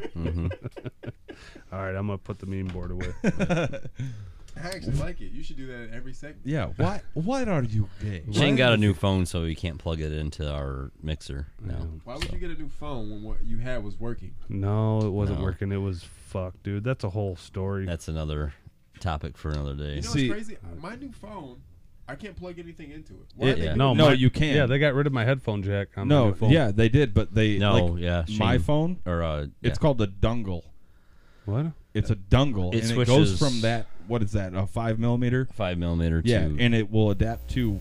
All right, I'm gonna put the meme board away. I actually like it. You should do that in every segment. Yeah. Why? What are you gay? Shane got a new phone, so we can't plug it into our mixer now. Why would you get a new phone when what you had was working? no, it wasn't No. working. It was fuck, dude. That's a whole story. That's another topic for another day. You know See- what's crazy? My new phone, I can't plug anything into it. Why It- are they yeah. doing- no, No, my- you can't. Yeah, they got rid of my headphone jack. oh, On my No. new phone. Yeah, they did, but they no, like, yeah, Shane, my phone. or uh, It's called a dungle. What? It's a dungle, It and it switches- goes from that. What is that? A five millimeter? five millimeter. Yeah, to, and it will adapt to.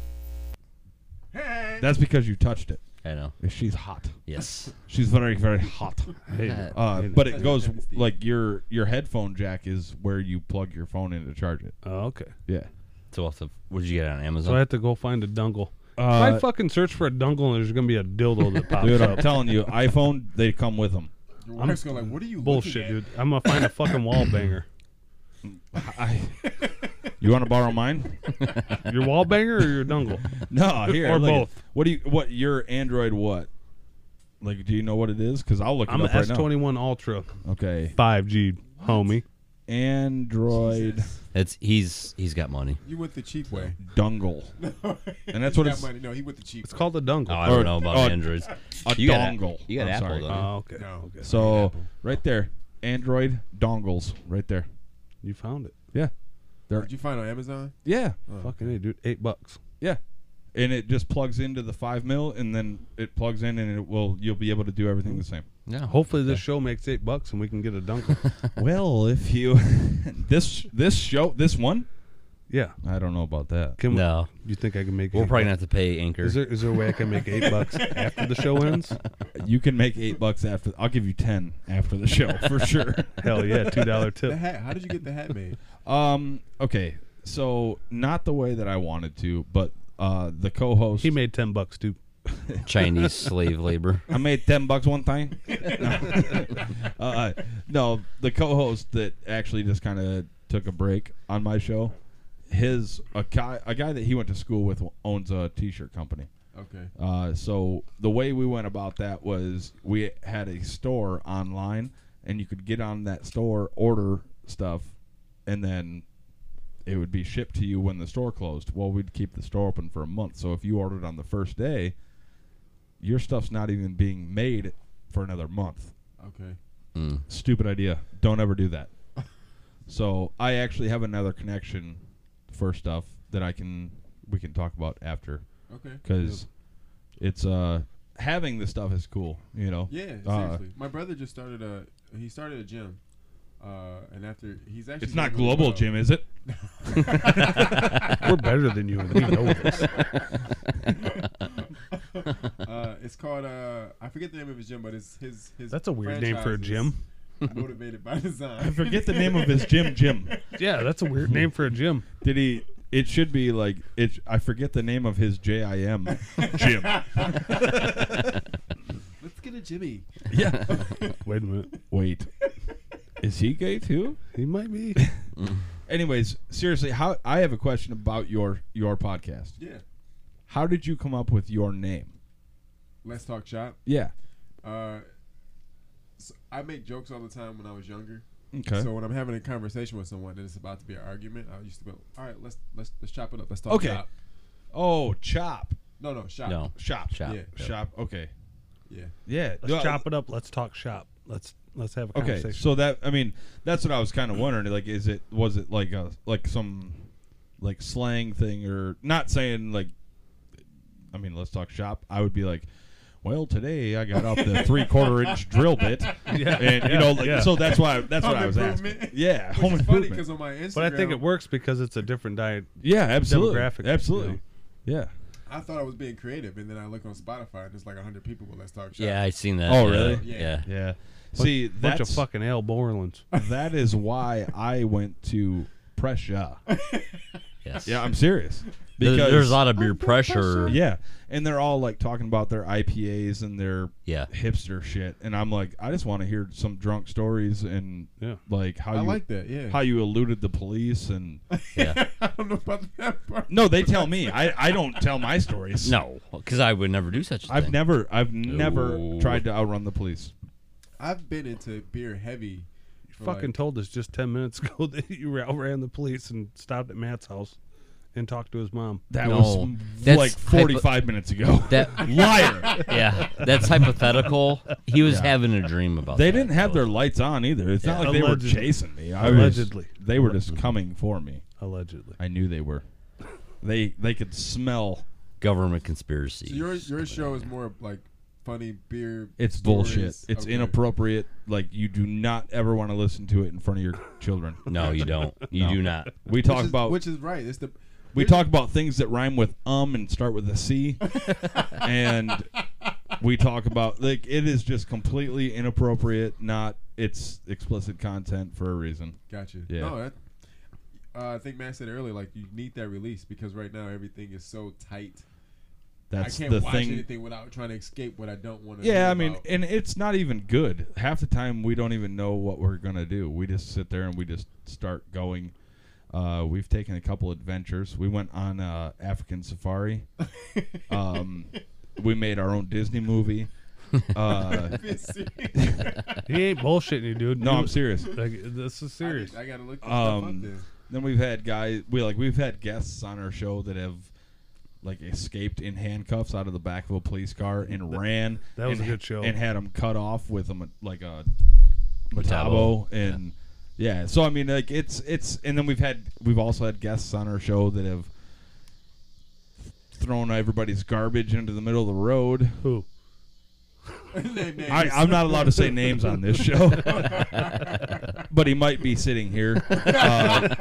Hey! That's because you touched it. I know. She's hot. Yes, She's very, very hot. Hey, Uh, Hey, but it goes Steve. like your your headphone jack is where you plug your phone in to charge it. oh, okay. Yeah. so off the, what did you get on So I Amazon? have to go find a dungle. if Uh, I fucking search for a dungle, there's gonna be a dildo that pops Dude, up. I'm telling (laughs) you, iPhone they come with them. Your wife's going like, what are you (laughs) Bullshit, looking dude. I'm gonna find a fucking wall banger. I, (laughs) you want to borrow (laughs) mine? Your wall banger or your (laughs) dungle? No, here Or look at- both. What do you? What your Android? What? Like, do you know what it is? Because I'll look it I'm an up right S21 Ultra now. Okay, 5G, homie. Android It's he's he's got money. at? You went the cheap way. dongle. (laughs) and that's what it's- Money. No, he went the cheap It's way. called a Oh, dungle. I don't Or- know about oh, Androids. A You got a- dongle. you got I'm Apple, sorry. don't Oh, you? okay. No. Okay. So right there, Android dongles. Right there. You found it. Yeah. Did you find on Amazon? Yeah. Fucking hey, dude. Eight bucks. Yeah. And it just plugs into the five mil, and then it plugs in, and it will. You'll be able to do everything (laughs) the same. Yeah. Hopefully this show makes eight bucks and we can get a (laughs) dungle. Well, if you (laughs) this this show this one, yeah. I don't know about that. Can No, we, you think I can make? we're eight probably gonna bucks? have to pay Anchor. Is there is there a way I can make eight bucks after the show ends? You can make eight bucks after. I'll give you ten after (laughs) the show for sure. Hell yeah, two dollar The tip. hat. How did you get the hat made? Um. Okay. So not the way that I wanted to, but uh, the co-host. He made ten bucks too. Chinese slave (laughs) labor. (laughs) I made ten bucks one time. (laughs) no. Uh, no, the co-host that actually just kind of took a break on my show. His a guy a guy that he went to school with owns a t-shirt company. Okay. Uh, so the way we went about that was we had a store online, and you could get on that store, order stuff, and then it would be shipped to you when the store closed. Well, we'd keep the store open for a month, so if you ordered on the first day, your stuff's not even being made for another month. Okay. Stupid idea. Don't ever do that. so I actually have another connection for stuff that I can we can talk about after Okay. because it's uh having this stuff is cool you know Yeah, Uh, seriously. My brother just started a he started a gym. Uh, and after he's actually it's not doing really global well. jim is it (laughs) We're better than you, and we know this. Uh, it's called uh, I forget the name of his gym, but it's his his. That's a weird name for a franchise gym. is Motivated by design. (laughs) i forget the name of his (laughs) gym jim Yeah, that's a weird name for a gym. did he it should be like it i forget the name of his (laughs) jim jim Let's get a Jimmy. yeah (laughs) Wait a minute. wait is he gay too He might (laughs) be. anyways seriously how i have a question about your your podcast Yeah. how did you come up with your name Let's talk shop. yeah Uh, so I make jokes all the time when I was younger. okay So when I'm having a conversation with someone and it's about to be an argument, I used to be, all right, let's let's let's chop it up. Let's talk Okay. shop. oh chop No, no, shop. No. shop Shop. Yeah. shop okay Yeah. yeah Let's No, chop it up. Let's talk shop. Let's let's have a Okay, conversation. so that I mean, that's what I was kind of wondering. Like, is it was it like a like some like slang thing or not saying like? I mean, let's talk shop. I would be like, well, today I got off the three quarter inch drill bit, and you know, like, yeah. so that's why that's what Home I was asking. improvement. Yeah, Which home is funny improvement. because on my Instagram, Oh But I think it works because it's a different diet. yeah, absolutely, demographic, absolutely, yeah. I thought I was being creative, and then I look on Spotify and it's like hundred people. Well, let's talk shop. Yeah, I've seen that. Oh, yeah. really? Yeah. Yeah. Yeah. See, Bunch that's of fucking Al Borland's. that is why I went to Prussia. Yes. Yeah, I'm serious. There- Because there's a lot of beer pressure. Yeah, and they're all like talking about their IPAs and their Yeah. hipster shit, and I'm like, I just want to hear some drunk stories and Yeah. like how I you like that. Yeah. how you eluded the police and (laughs) yeah. (laughs) I don't know about that part. no, they tell me. I I don't tell my stories. No, because I would never do such a I've thing. never I've never Ooh. tried to outrun the police. I've been into beer heavy. for fucking like- told us just 10 minutes (laughs) ago that you outran the police and stopped at Matt's house and talked to his mom. That No. was m- That's like 45 minutes ago. That- (laughs) liar. Yeah, that's hypothetical. He was having a dream about. They that, didn't have so- their lights on either. It's not like they were Allegedly. chasing me. I was- Allegedly. they were just coming for me. Allegedly. I knew they were. They they could smell. government conspiracy. So your your show is more like funny beer. It's stories. bullshit. It's Okay. inappropriate. Like you do not ever want to listen to it in front of your (laughs) children. No, (laughs) you don't. You do not. We Which talk is- about which is right. It's the we talk about things that rhyme with um and start with (laughs) a c, and we talk about like it is just completely inappropriate. Not it's explicit content for a reason. Gotcha. Yeah. No, that, uh, I think Matt said earlier, like you need that release because right now everything is so tight. That's I can't the watch thing. anything without trying to escape what I don't want to. Yeah, I mean, and it's not even good. Half the time, we don't even know what we're gonna do. We just sit there and we just start going. Uh, we've taken a couple adventures. We went on uh, (laughs) African safari. um, we made our own (laughs) Disney movie. Uh, He ain't bullshitting you, dude. no, You- I'm serious. Like, this is serious. I, gotta look this stuff up. Um, Then. then we've had guys. We like we've had guests on our show that have like escaped in handcuffs out of the back of a police car and ran. that was and a good show. And had them cut off with a ma- like a Metabo. metabo and yeah. So I mean, like it's it's and then we've had we've also had guests on our show that have thrown everybody's garbage into the middle of the road. (laughs) Who? Name, name. I, I'm not allowed to say names on this show, but he might be sitting here. Uh,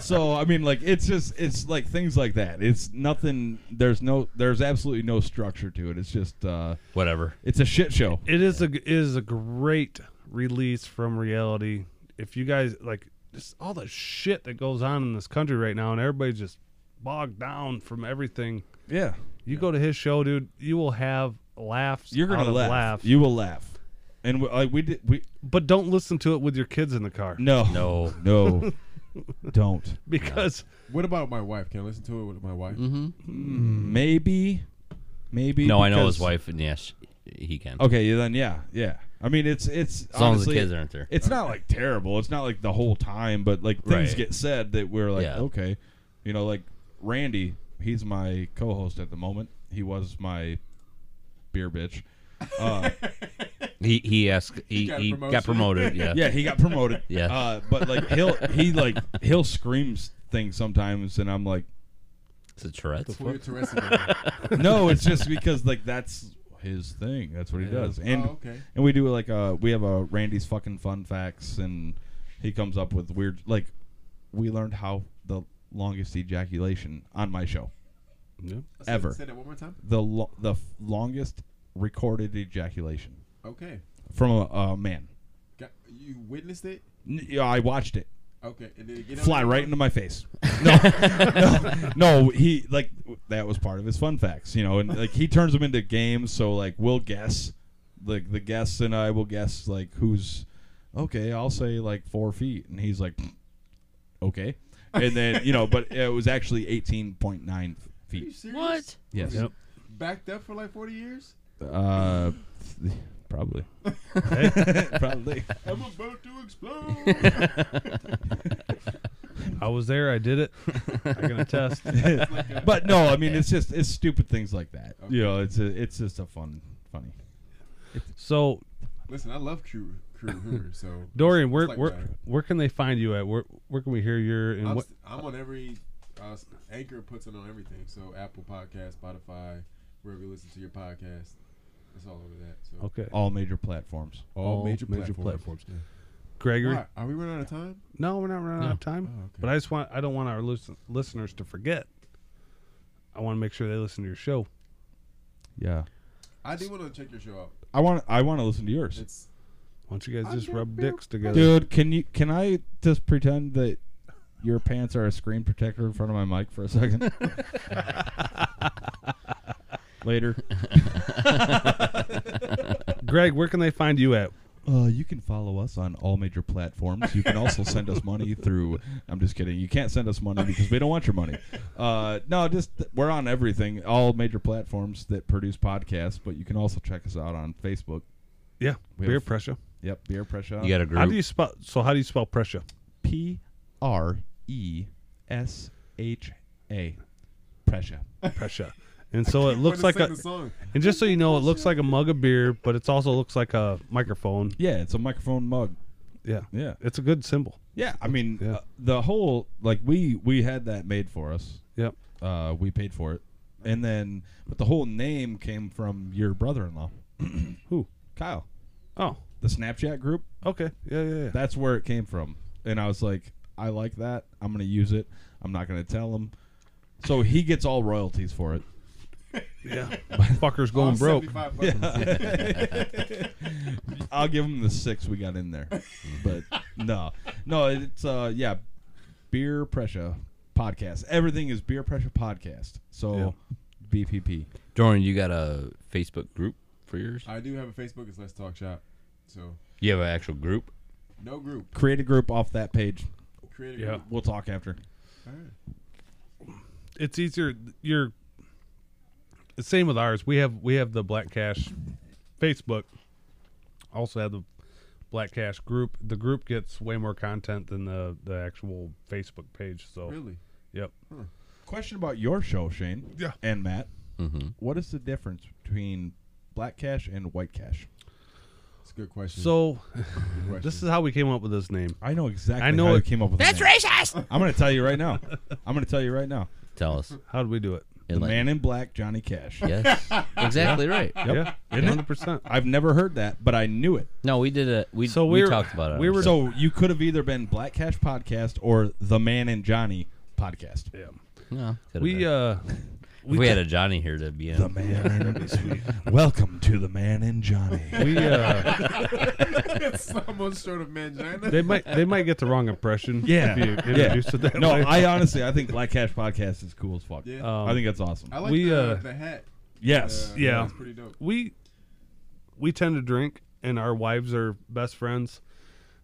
(laughs) so I mean, like it's just it's like things like that. It's nothing. There's no there's absolutely no structure to it. It's just uh, Whatever. it's a shit show. It is a it is a great release from reality. If you guys like just all the shit that goes on in this country right now, and everybody's just bogged down from everything. Yeah, You go to his show, dude. You will have laughs. you're out gonna of laugh. laugh. You will laugh, and we, like we did. We but don't listen to it with your kids in the car no No. (laughs) no don't because What about my wife? Can I listen to it with my wife? maybe maybe No, I know his because- wife, and yes, he can. Okay, yeah, then yeah yeah. I mean, it's it's As long honestly, as the kids aren't there. It's not like terrible. It's not like the whole time, but like things Right. get said that we're like, Yeah. okay, you know, like Randy, he's my co-host at the moment. He was my beer bitch. He he asked. He he got, got promoted. promoted. Yeah. (laughs) Yeah, he got promoted. (laughs) Yeah. uh, but like he'll he like he'll screams things sometimes, and I'm like, It's a Tourette's. Well, you're Tourette's again. (laughs) no, it's just because like that's his thing. That's what he does. And Oh, okay. and we do like uh we have a Randy's fucking fun facts and he comes up with weird like we learned how the longest ejaculation on my show Say- Ever. Say that one more time. the lo- the f- longest recorded ejaculation Okay. from a, a man. Got, you witnessed it. N- yeah, I watched it Okay. And did it get on fly there? right into my face. No, no, no, he like that was part of his fun facts, you know, and like he turns them into games. So like we'll guess, like the guests and I will guess like who's okay. I'll say like four feet, and he's like okay, and then you know, but it was actually eighteen point nine Are you feet. serious? What? Yes, Yep. Backed up for like (laughs) 40 years. uh, probably, (laughs) probably. I'm about to (laughs) explode. I was there. I did (laughs) it. I can attest. But no, I mean it's just it's stupid things like that. You know, it's a, it's just a fun, funny. So Listen, I love crew crew humor. So (laughs) Dorian, where It's like where that. where can they find you at? Where where can we hear your and I'm, what? st- I'm on every uh, s- Anchor puts it on everything. So Apple Podcast, Spotify, wherever you listen to your podcast. It's all over that. So Okay. All major platforms. all all major, major platforms. Gregory. Why? Are we running out of time? No, we're not running out No. of time. Oh, okay. But I just want I don't want our listen, listeners to forget. I want to make sure they listen to your show. Yeah. I do want to check your show out. I want I want to listen to yours. It's Why don't Oh, you guys just rub dicks together? Dude, can you can I just pretend that your pants are a screen protector in front of my mic for a second? Later. Greg, where can they find you at? Uh, you can follow us on all major platforms. You can also send us money through. I'm just kidding. You can't send us money because we don't want your money. Uh, no, just we're on everything, all major platforms that produce podcasts. But you can also check us out on Facebook. Yeah, We beer have- pressure. Yep, beer pressure. You got a How do you group. spell? So how do you spell pressure? P R E S H A pressure. Pressure. And so (laughs) it looks like Wanna a. sing the song. And just so you know, it looks like a mug of beer, but it's also looks like a microphone. (laughs) Yeah, it's a microphone mug. Yeah, Yeah, it's a good symbol. yeah. I mean, Yeah. uh, the whole like we we had that made for us. Yep. uh, we paid for it, and then but the whole name came from your (clears throat) brother-in-law, Who? Kyle, Oh, the Snapchat group. okay. Yeah, yeah, (laughs) yeah. That's where it came from, and I was like, I like that. I'm gonna use it. I'm not gonna tell him. So he gets all royalties for it. Fucker's All going broke. (laughs) 75 bucks. (laughs) I'll give him the six we got in there, but no, no, it's uh, yeah, beer pressure podcast. Everything is beer pressure podcast. So BPP. Jordan, you got a Facebook group for yours? I do have a Facebook. It's Let's Talk Shop. So You have an actual group? no group. Create a group off that page. Create a Yeah. group. We'll talk after. All right. It's easier. You're. It's same with ours. We have we have the Black Cash Facebook. Also have the Black Cash group. The group gets way more content than the the actual Facebook page. So Really? yep. Question about your show, Shane. Yeah. And Matt. Mm-hmm. What is the difference between black cash and white cash? It's a good question. (laughs) So Good question. (laughs) this is how we came up with this name. I know exactly I know how you it- came up with That's the name. racist. I'm going to tell you right now. I'm going to tell you right now. Tell us. How did we do it? The man in black, Johnny Cash. (laughs) Yes. Exactly right. (laughs) Yeah, hundred percent. I've never heard that, but I knew it. No, we did a we So we we're- talked about it. on we our were- show. So you could have either been Black Cash podcast or the Man and Johnny podcast. Yeah. no, could've We been. uh, If we, had a Johnny here to be in. Man and (laughs) Welcome to the Man and Johnny. we uh. (laughs) someone short of mangina. they might they might get the wrong impression. Yeah. if you introduce it that No, way. I honestly, I think Black Cash podcast is cool as fuck. Yeah. Um, I think that's awesome. I like we, the, uh, the hat. yes. Uh, yeah. That's pretty dope. we we tend to drink, and our wives are best friends,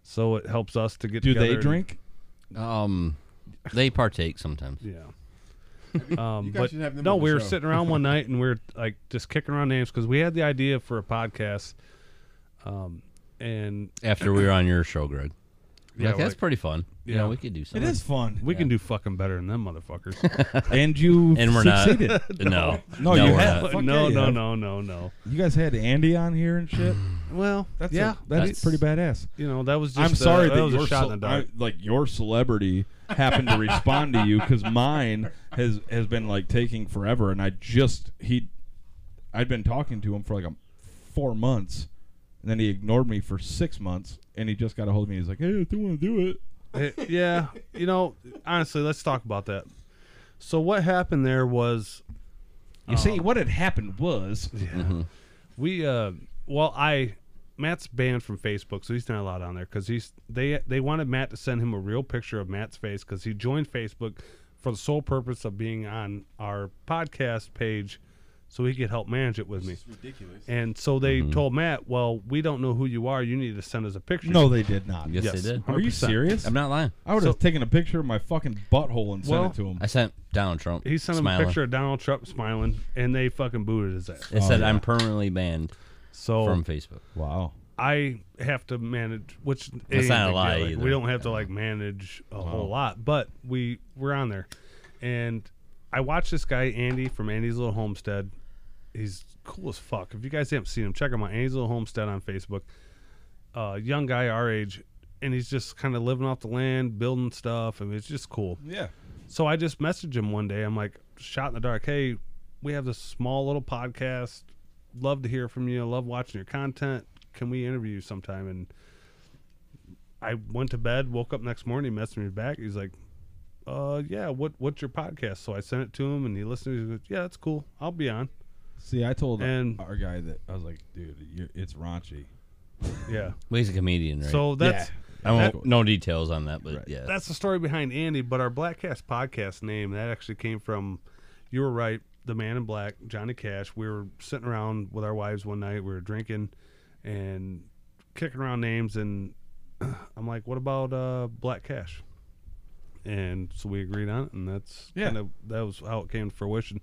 so it helps us to get. Do together they and- drink? Um, they partake sometimes. yeah. Um, you guys but should have them no, on the we were show. sitting around (laughs) one night and we are like just kicking around names because we had the idea for a podcast, um, and After we were on your show, Greg. Yeah, Yeah, like, that's like- pretty fun. Yeah, yeah. we could do It something. is fun. we can do fucking better than them (laughs) motherfuckers. and you (laughs) and we're not. succeeded. No, No, you we're (laughs) have. not. Fuck no, yeah, no, yeah. no, no, no. You guys had Andy on here and shit. Well, That's yeah, a- that's, that's- pretty badass. you know that was. just I'm a- sorry that, that, was your a shot in ce- the (laughs) dark. I- like your celebrity happened to respond to you because mine has has been like taking forever, and I just he, I'd been talking to him for like a four months, and then he ignored me for six months, and he just got a hold of me. He's like, "Hey, if you want to do it." Eh, (laughs) yeah, you know, honestly, let's talk about that. So what happened there was You see, what had happened (laughs) was we uh well I Matt's banned from Facebook, so he's not allowed on there cuz he's they they wanted Matt to send him a real picture of Matt's face cuz he joined Facebook for the sole purpose of being on our podcast page so he could help manage it with me. It's ridiculous. And so they Mm-hmm. told Matt, "Well, we don't know who you are. You need to send us a picture." no, they did not. Yes, they did. Are you 100%. serious? I'm not lying. I would have So- taken a picture of my fucking butthole and sent Well, it to him. I sent Donald Trump. he sent him smiling. a picture of Donald Trump smiling, and they fucking booted his ass. It said, yeah. "I'm permanently banned So from Facebook." wow. I have to manage, which That's ain't not a big lie deal. Like, either. Uh-huh. We don't have to like manage a whole lot, but we we're on there, and I watched this guy Andy from Andy's Little Homestead. He's cool as fuck. If you guys haven't seen him, check him out. Andy's Little Homestead on Facebook. Uh, young guy our age, and he's just kind of living off the land, building stuff, and it's just cool. Yeah. So I just messaged him one day. I'm like, shot in the dark. Hey, we have this small little podcast. Love to hear from you. Love watching your content. Can we interview you sometime? And I went to bed, woke up next morning, he messaged me back. He's like, "Uh, yeah, what what's your podcast?" So I sent it to him, and he listened. He goes, "Yeah, that's cool. I'll be on." See, I told And- our guy that I was like, dude, you it's raunchy. Yeah. Well, he's a comedian, right? So that's I won't that- no details on that, but Right. yeah, that's the story behind Andy. But our Black Cast podcast name that actually came from, you were right, the Man in Black, Johnny Cash. We were sitting around with our wives one night. We were drinking, and kicking around names, and (clears throat) I'm like, "What about uh, Black Cash?" And so we agreed on it, and that's Yeah. kind of that was how it came to fruition.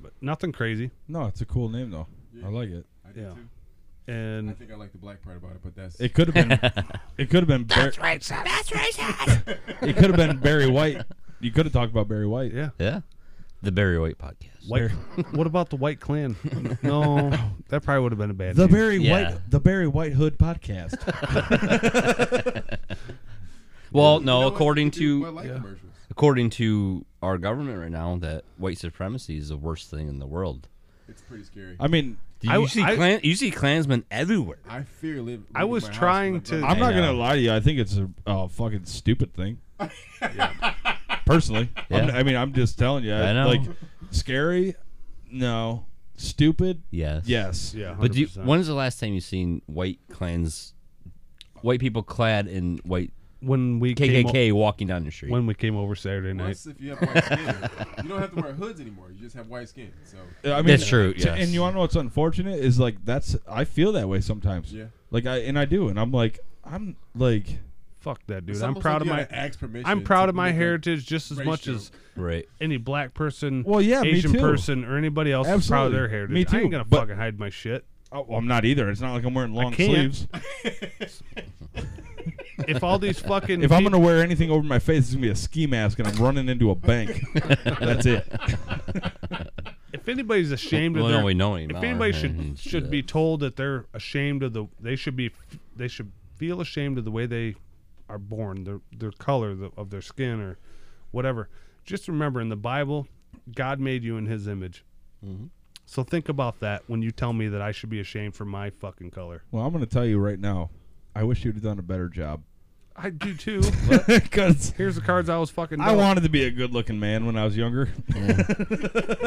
But nothing crazy, No, it's a cool name though. Yeah. I like it. I do Yeah. too. I and think I like the black part about it, but that's It could have (laughs) been. it could have been. Bar- racist. That's racist. it could have been Barry White. You could have talked about Barry White. yeah. yeah, the Barry White podcast. White, (laughs) what about the White Clan? No, that probably would have been a bad. The name. Barry Yeah. White. The Barry White Hood podcast. (laughs) Well, You know no, what? according They do to Bud Light commercials. according to our government right now, that white supremacy is the worst thing in the world. It's pretty scary. I mean, Do I- you see I- Klan, you see Klansmen everywhere. I fear live. I was trying to- (laughs) I'm I not gonna know. lie to you. I think it's a uh, fucking stupid (laughs) thing. Personally, I'm- Yeah. I mean, I'm just telling you. I know. Like, scary, no. Stupid, Yes. yes. Yeah, But do you, 100%. when's the last time you seen white Klans, white people clad in white when we came o- KKK walking down the street? when we came over Saturday night. Plus, if you have white skin, you don't have to wear hoods anymore. You just have white skin. So I mean, That's true, t- yes. And you want to know what's unfortunate is like that's I feel that way sometimes. Yeah. Like I and I do, and I'm like I'm like Fuck that dude. It's I'm almost proud like you of gotta my ask permission I'm proud to of my make a heritage just as race much joke. as right. any black person, Well, yeah, me Asian too. person, or anybody else is proud of Absolutely. their heritage. Me I too, ain't gonna but- fucking hide my shit. oh, well, I'm not either. It's not like I'm wearing long can't. sleeves. If all (laughs) these fucking If I'm peop- gonna wear anything over my face, it's gonna be a ski mask, and I'm running into (laughs) a bank. that's it. if anybody's ashamed Well, of their, no, we know him. if Oh, anybody okay. Mm-hmm. should should be told that they're ashamed of the, they should be, they should feel ashamed of the way they are born, their their color the, of their skin or whatever. Just remember, in the Bible, God made you in His image. Mm-hmm. So think about that when you tell me that I should be ashamed for my fucking color. Well, I'm gonna tell you right now. I wish you'd have done a better job. (laughs) I do too. (laughs) Because Here's the cards I was fucking. I dealt. wanted to be a good-looking man when I was younger.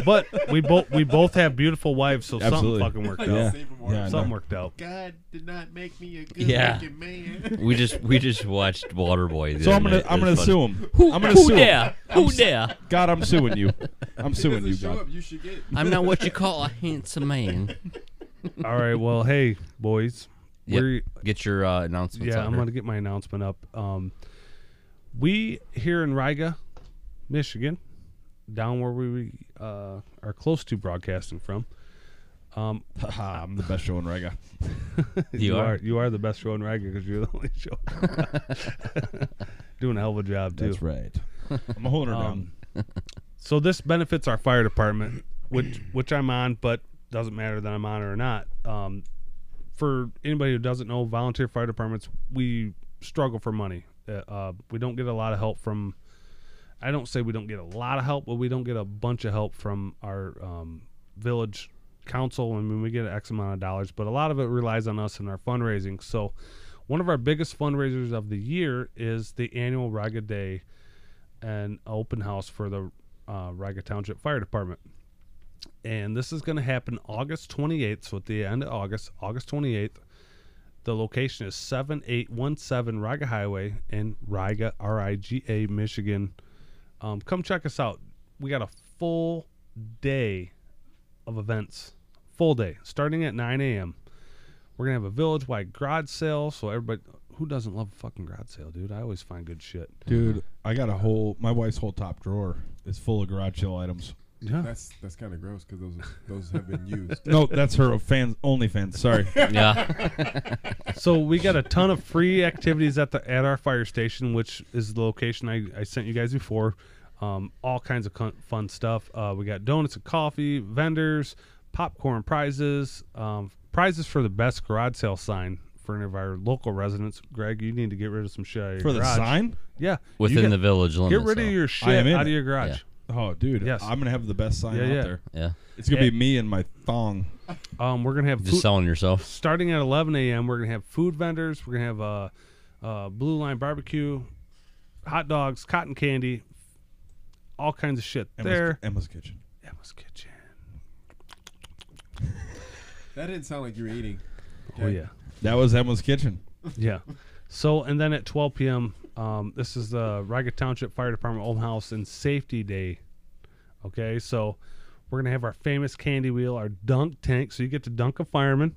but we both we both have beautiful wives, so Absolutely. something fucking worked out. yeah. Save 'em all. Yeah, I know. Something worked out. God did not make me a good Yeah. looking man. We just we just watched (laughs) Waterboy. the So other I'm gonna night. It I'm was gonna funny. sue him. Who, I'm gonna who sue him. dare? Who dare? God, I'm suing you. (laughs) I'm If it suing doesn't you, show God. up, you should get. I'm not what you call a handsome man. All right, well, hey boys, Yep. we're Get your uh, announcements. yeah, out I'm here. gonna get my announcement up. Um, we here in Riga, Michigan, down where we uh, are close to broadcasting from. Haha, I'm the best show in Riga. You are. you are the best show in Riga because you're the (laughs) only show (laughs) doing a hell of a job too. That's right. (laughs) I'm holding her Um, down. So this benefits our fire department, which (clears throat) which I'm on, but doesn't matter that I'm on it or not. Um, for anybody who doesn't know, volunteer fire departments we struggle for money. Uh, uh, we don't get a lot of help from. I don't say we don't get a lot of help, but we don't get a bunch of help from our um, village council. I mean, we get X amount of dollars, but a lot of it relies on us and our fundraising. So, one of our biggest fundraisers of the year is the annual Raga Day and open house for the uh, Riga Township Fire Department. And this is going to happen August 28th, so at the end of August, August 28th. The location is 7817 Riga Highway in Riga, R I G A, Michigan. Um, come check us out. We got a full day of events, full day, starting at 9 a.m. We're going to have a village wide garage sale, so everybody. Who doesn't love a fucking garage sale, dude? I always find good shit. Dude, I got a whole my wife's whole top drawer is full of garage sale items. Yeah. That's that's kind of gross because those those have been used. No, that's her fans only fans. Sorry. (laughs) Yeah. so we got a ton of free activities at the at our fire station, which is the location I, I sent you guys before. Um, all kinds of con- fun stuff. Uh, we got donuts and coffee, vendors, popcorn prizes, um, prizes for the best garage sale sign for any of our local residents. Greg, you need to get rid of some shit out of your For the garage. sign? Yeah, you Within get- the village limits. Get rid of though. your I shit am in out of it. your garage. Yeah. Oh, dude, Yes. I'm gonna have the best sign Yeah, out yeah. there. Yeah. It's gonna Yeah. be me and my thong. Um, we're gonna have Just food, selling yourself. (laughs) starting at 11 a.m. We're gonna have food vendors. We're gonna have uh, uh, Blue Line Barbecue, hot dogs, cotton candy, all kinds of shit Emma's, there. Emma's kitchen. Emma's Kitchen. (laughs) That didn't sound like you were eating. Oh yeah. That was Emma's kitchen. Yeah. So, and then at 12 p.m., um, this is the Riga Township Fire Department Old House and Safety Day. Okay, so we're gonna have our famous candy wheel, our dunk tank. So you get to dunk a fireman.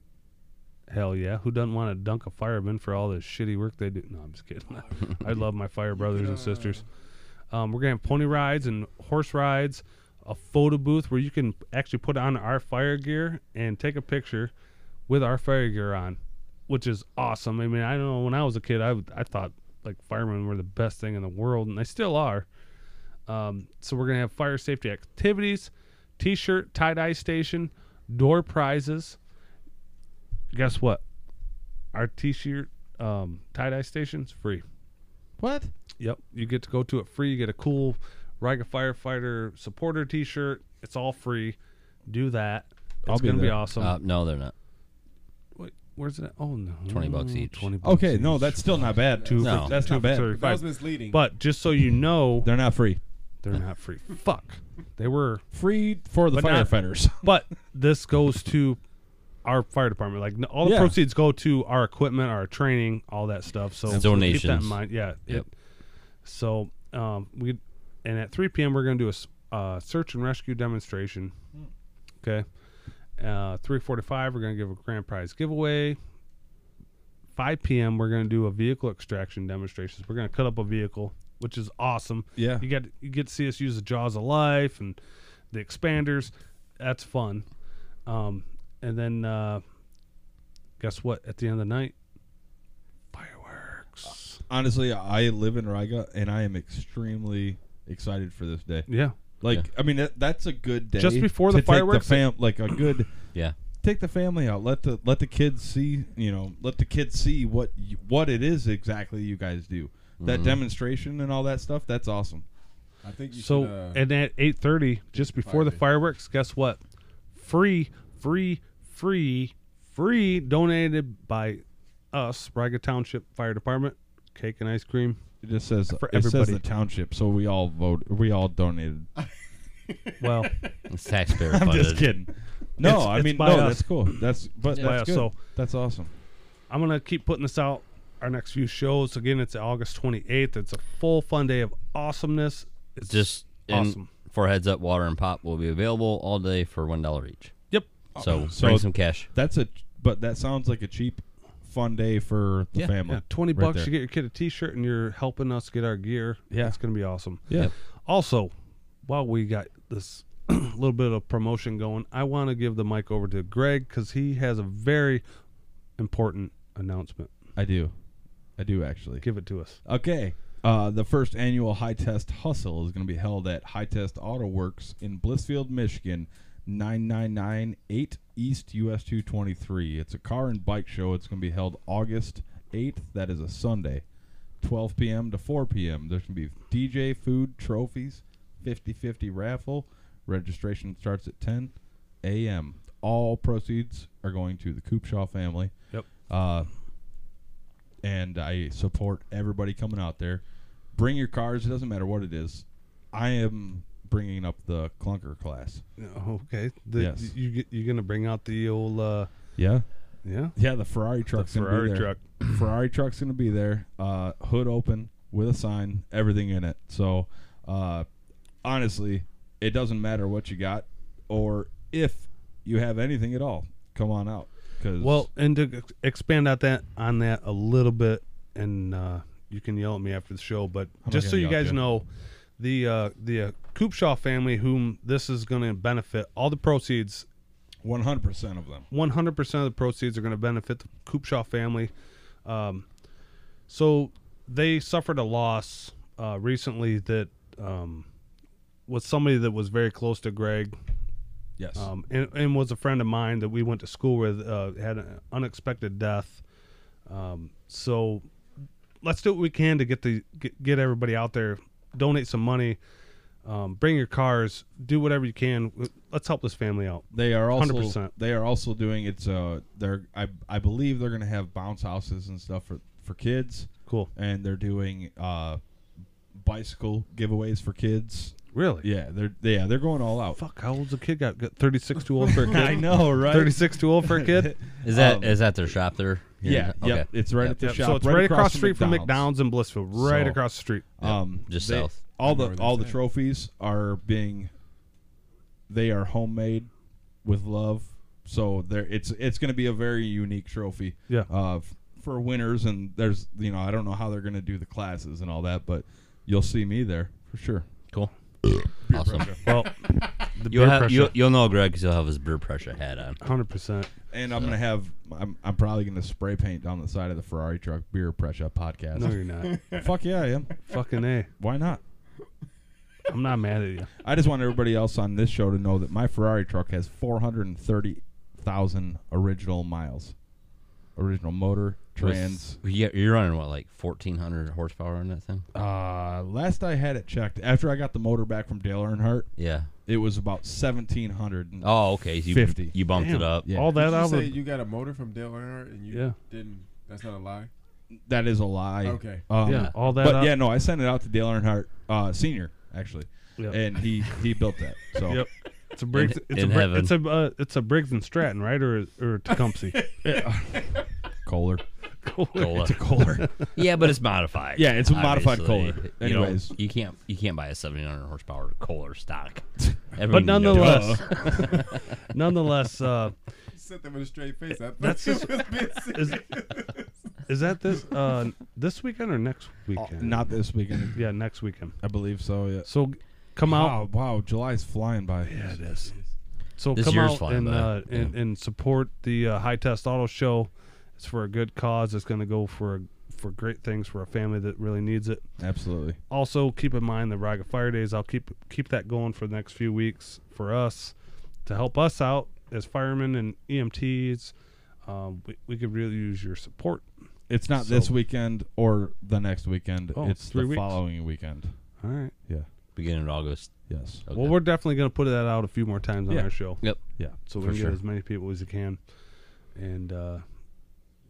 Hell yeah! Who doesn't want to dunk a fireman for all the shitty work they do? No, I'm just kidding. (laughs) I love my fire brothers and sisters. Um, we're gonna have pony rides and horse rides, a photo booth where you can actually put on our fire gear and take a picture with our fire gear on, which is awesome. I mean, I don't know when I was a kid, I would- I thought like firemen were the best thing in the world, and they still are. Um, so we're gonna have fire safety activities, t-shirt tie dye station, door prizes. Guess what? Our t-shirt um, tie dye station's free. What? Yep, you get to go to it free. You get a cool Riga firefighter supporter T-shirt. It's all free. Do that. I'll It's be gonna be there. awesome. Uh, no, they're not. Wait, where's it? At? Oh no, 20 bucks each. Twenty bucks. Okay, each. no, that's still not bad. Two No. for- That's two not for bad. 35. That was misleading. But just so you know, They're not free. they're not free. Fuck, they were. Free for the But not- firefighters. (laughs) But this goes to our fire department. Like n- all the Yeah. proceeds go to our equipment, our training, all that stuff. So And Keep that in donations. mind. Yeah. it- Yep. so um, we and at 3 p.m. we're going to do a s- uh, search and rescue demonstration. Okay. Uh, 3:45 we're going to give a grand prize giveaway. 5 p.m. we're going to do a vehicle extraction demonstration. So we're going to cut up a vehicle, which is awesome. Yeah. You get you get to see us use the jaws of life and the expanders. That's fun. Um, and then uh, guess what? At the end of the night, fireworks. Honestly, I live in Riga and I am extremely excited for this day. Yeah. Like, I mean, that, that's a good day. Just before to the take fireworks, the fam- (clears throat) like a good Yeah. take the family out. Let the let the kids see. You know, let the kids see what you, what it is exactly you guys do. Mm-hmm. That demonstration and all that stuff. That's awesome. I think you So should. Uh, and at eight thirty, just before the fireworks, guess what? Free, free, free, free, donated by us, Riga Township Fire Department, cake and ice cream. It just says For it says everybody. the township, so we all vote. We (laughs) all donated. Well, It's taxpayer I'm funded. (laughs) just kidding. No, It's- I it's mean by no. us. That's cool. That's but It's by that's us, good. so- that's awesome. I'm gonna keep putting this out. Our next few shows again. It's August twenty eighth. It's a full fun day of awesomeness. It's Just and awesome. for heads up, water and pop will be available all day for one dollar each. Yep. So, so- bring some cash. That's a but that sounds like a cheap fun day for the Yeah, family. Yeah, twenty right bucks. there. You get your kid a T-shirt, and you're helping us get our gear. Yeah. it's gonna be awesome. yeah. Also, while we got this (clears throat) little bit of promotion going, I want to give the mic over to Greg because he has a very important announcement. I do. I do actually. Give it to us. Okay. Uh, the first annual High Test Hustle is going to be held at High Test Auto Works in Blissfield, Michigan, 9998 East US 223. It's a car and bike show. It's going to be held August 8th. That is a Sunday, 12 p.m. to 4 p.m. There's going to be DJ, food, trophies, 50 50 raffle. Registration starts at 10 a.m. All proceeds are going to the Coopshaw family. Yep. Uh, and I support everybody coming out there. Bring your cars. It doesn't matter what it is. I am bringing up the clunker class. Okay. The, Yes. You get- you're gonna bring out the old uh, Yeah, yeah. yeah. The Ferrari truck's Ferrari gonna be there. Truck. (clears throat) Ferrari truck's gonna be there. Uh, hood open with a sign, everything in it. So, uh, honestly, it doesn't matter what you got or if you have anything at all. Come on out. 'cause- Well, and to ex- expand on that on that a little bit, and uh, you can yell at me after the show, but not just so gonna you yell at guys you. know, the uh, the uh, Koopshaw family, whom this is going to benefit, all the proceeds 100% of them. 100% of the proceeds are going to benefit the Koopshaw family. Um, so they suffered a loss uh, recently that um, was somebody that was very close to Greg Yes. um, and, and was a friend of mine that we went to school with, uh, had an unexpected death. Um, so let's do what we can to get the get, get everybody out there, donate some money. Um, bring your cars. Do whatever you can. Let's help this family out. They are also 100%. they are also doing it's uh they're I I believe they're gonna have bounce houses and stuff for for kids Cool. and they're doing uh bicycle giveaways for kids. Really? Yeah, they're yeah they're going all out. Fuck. How old's a kid? Got, got thirty six too (laughs) old for a kid. I know, right? Thirty six too old for a (laughs) kid. Is that is Um, that their shop there? Yeah, Okay. yep, it's right Yep. at the Yep, shop. so it's right, across the street from McDonald's. McDonald's in Blissfield. Right So- across the street. Um, just they- south. I All know the where all the that's at. trophies are being, they are homemade, with love. So there, it's it's going to be a very unique trophy. Yeah. Uh, f- for winners and there's you know I don't know how they're going to do the classes and all that, but you'll see me there for sure. Cool. awesome. (laughs) Well, the You'll beer have, you'll, pressure. you'll know Greg because he'll have his beer pressure hat on. Hundred percent. And I'm going to have I'm, I'm probably going to spray paint down the side of the Ferrari truck beer pressure podcast. No, you're not. (laughs) Fuck yeah, I am. Fucking a. Why not? I'm not mad at you. I just want everybody else on this show to know that my Ferrari truck has 430,000 original miles. Original motor, trans. Yeah, you're running what like 1400 horsepower on that thing. Uh, last I had it checked, after I got the motor back from Dale Earnhardt, Yeah. it was about 1,700. and- Oh, okay. You, 50. You bumped Damn. it up. Yeah. All Did that I you say would. you got a motor from Dale Earnhardt and you Yeah. didn't? That's not a lie. That is a lie. Okay. Um, yeah. All that. uh, But I- yeah, no, I sent it out to Dale Earnhardt uh, Senior, actually. Yep. And he, he built that. So (laughs) Yep. It's a Briggs. In- it's, in a, Bri- heaven. it's a uh, it's a Briggs and Stratton, right? Or or (laughs) Tecumseh. (laughs) Kohler. Cola. It's (laughs) a Kohler. yeah, but it's modified. Yeah, it's a modified obviously. Kohler. You know, Anyways. you can't you can't buy a 1700 horsepower Kohler (laughs) stock. but Everyone knows. nonetheless, nonetheless, uh, You said that with a straight face. I That's that's just- just, was being serious. is (laughs) is that this uh, this weekend or next weekend? Not this weekend. Yeah, next weekend. I believe so, yeah. So g- come out. Wow, wow, July's flying by. Yeah, it is. So This come year's out flying and, by. uh, and Yeah. and support the uh, High Test Auto Show. It's for a good cause. It's going to go for a, for great things for a family that really needs it. Absolutely. also keep in mind the Raga Fire Days. I'll keep keep that going for the next few weeks for us to help us out as firemen and EMTs. Um, we, we could really use your support. It's not this So- weekend or the next weekend. Oh, it's three the weeks. following weekend. All right. Yeah. (laughs) Beginning of August. Yes. Okay. Well, we're definitely going to put that out a few more times on Yeah. our show, Yep. Yeah. so we for can sure. get as many people as we can. And uh,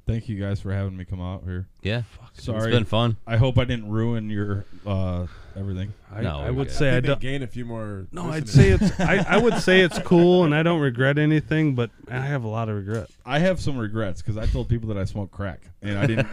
Thank you guys for having me come out here. Yeah. It's Sorry. been (laughs) fun. I hope I didn't ruin your uh, everything. I, No, I we're would good. say I, I don't. think they gain a few more. No, I'd listeners. say it's. I, I would say it's cool, and I don't regret anything, but I have a lot of regret. I have some regrets because I told people that I smoke crack and I (laughs) didn't.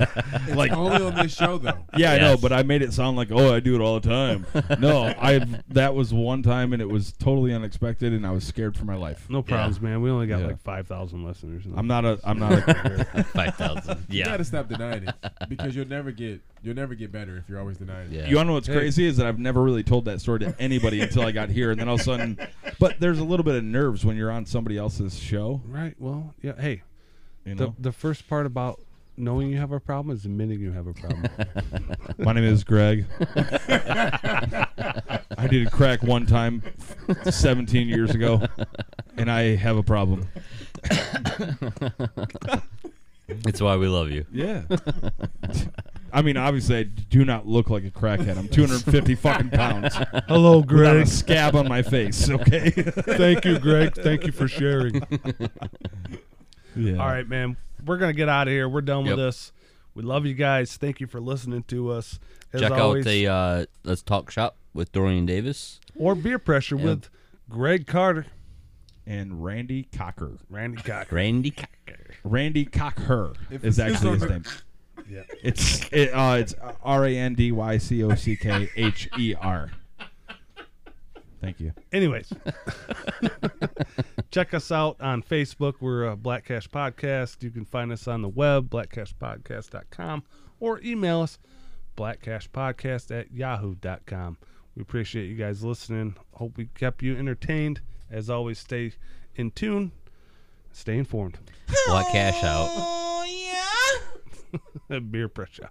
like, only on this show though. yeah, I know, Yes. but I made it sound like, oh, I do it all (laughs) the time. no, I that was one time and it was totally unexpected and I was scared for my life. No problems, man. We only got Yeah. like five thousand listeners. I'm not a. I'm (laughs) not a. 5000. You Yeah. gotta stop denying it because you'll never get you'll never get better if you're always denying it. Yeah. You want to know what's crazy is that I've never really told that story to anybody until I got here, and then all of a sudden, but there's a little bit of nerves when you're on somebody else's show. right. Well, yeah. Hey, You The, know, the first part about knowing you have a problem is admitting you have a (laughs) problem. my name is Greg. I did crack one time, 17 years ago, and I have a problem. (laughs) It's why we love you. Yeah. (laughs) I mean, obviously, I do not look like a crackhead. I'm 250 fucking pounds. Hello, Without a scab on my face. Okay. Thank you, Greg. Thank you for sharing. (laughs) Yeah. All right, man. We're gonna get out of here. We're done Yep. with this. We love you guys. Thank you for listening to us. As Check always, out the uh, Let's Talk Shop with Dorian Davis. or beer pressure with Greg Carter, And Randy Cocker. Randy Cocker. Randy Cocker. Randy Cocker If is it's- actually it's his on (laughs) name. Yeah. It's it, uh, it's R A N D Y C O C K H E R. Thank you. Anyways, (laughs) check us out on Facebook. We're uh, Black Cash Podcast. You can find us on the web, blackcashpodcast.com, or email us, blackcashpodcast at yahoo.com. We appreciate you guys listening. Hope we kept you entertained. As always, stay in tune, stay informed. (laughs) Black Cash out. Oh, yeah? Beer pressure.